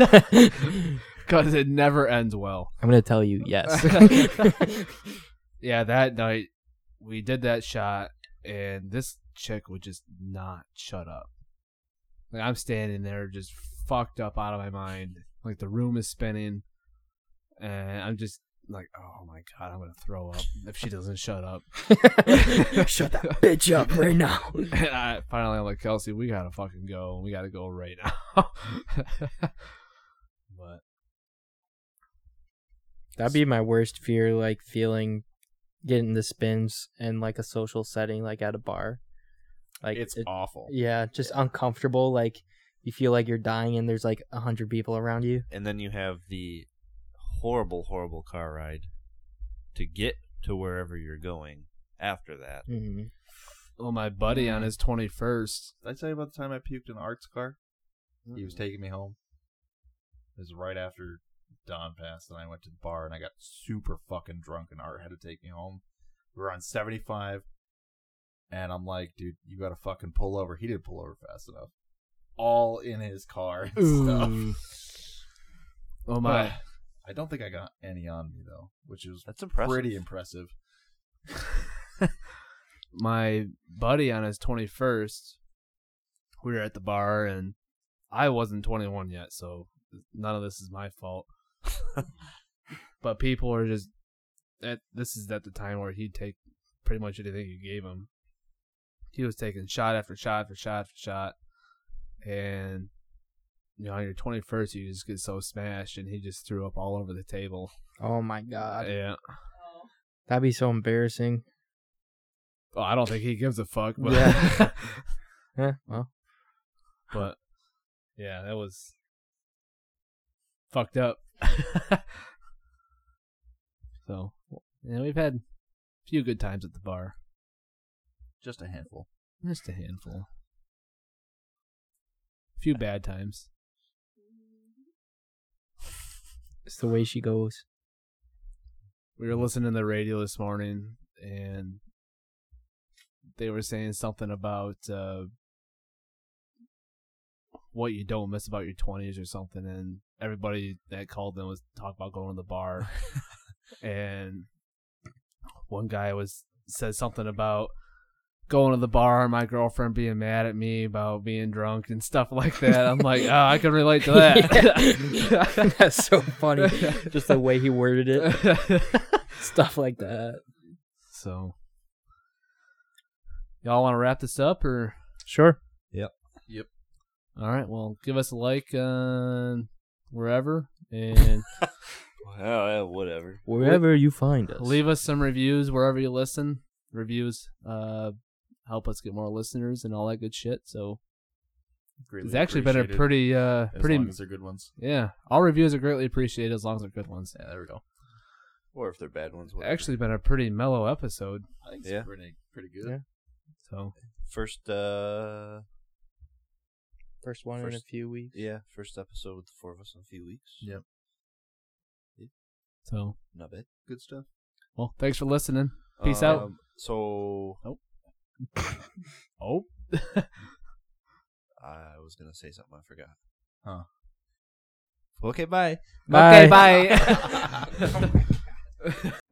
because it never ends well. gonna tell you yes. yeah, that night we did that shot, and this chick would just not shut up. Like I'm standing there, just fucked up out of my mind. Like the room is spinning, and I'm just like, oh my god, I'm gonna throw up if she doesn't shut up. Shut that bitch up right now. And I finally, I'm like, Kelsey, we gotta fucking go. We gotta go right now. but That'd be my worst fear, like feeling getting the spins in like a social setting, like at a bar. Like it's it- awful. yeah, just uncomfortable. Like you feel like you're dying, and there's like a hundred people around you. And then you have the horrible, horrible car ride to get to wherever you're going after that. Mm-hmm. well, oh, my buddy on his 21st, Did I tell you about the time I puked in Art's car? He was taking me home. It was right after Don passed, and I went to the bar and I got super fucking drunk, and Art had to take me home. We were on 75, and I'm like, dude, you gotta fucking pull over. He didn't pull over fast enough. All in his car and Ooh. stuff. oh my, I don't think I got any on me, though, which is That's impressive. pretty impressive. my buddy on his 21st, we were at the bar and I wasn't 21 yet, so none of this is my fault. but people are just at this is at the time where he'd take pretty much anything you gave him. He was taking shot after shot after shot after shot, and you know on your 21st you just get so smashed, and he just threw up all over the table. Oh my god, yeah, Oh. that'd be so embarrassing. well, I don't think he gives a fuck, but Yeah. Eh, well, But yeah, that was fucked up. so yeah, we've had a few good times at the bar. Just a handful. Just a handful. A few bad times. it's the way she goes. We were listening to the radio this morning and they were saying something about uh what you don't miss about your twenties or something and everybody that called them was talking about going to the bar and one guy was said something about going to the bar and my girlfriend being mad at me about being drunk and stuff like that. I'm like, oh, I can relate to that. That's so funny. Just the way he worded it, stuff like that. so, y'all want to wrap this up or? Sure. All right, well, give us a like on wherever and Well, yeah, whatever. Wherever you find us, leave us some reviews wherever you listen. Reviews uh, help us get more listeners and all that good shit. So Greatly it's actually been a appreciated, pretty, uh, as pretty, long as they're good ones. yeah. All reviews are greatly appreciated as long as they're good ones. Yeah, there we go. or if they're bad ones. whatever. Actually, been a pretty mellow episode. I think it's Yeah. pretty pretty good. Yeah. So first, uh, First one in a First- few weeks. yeah, first episode with the four of us in a few weeks. Yeah. so not bad. Good stuff. well, thanks for listening. Peace out. Um, So Oh, I was gonna say something I forgot. Huh. Okay, bye. bye. Okay, bye.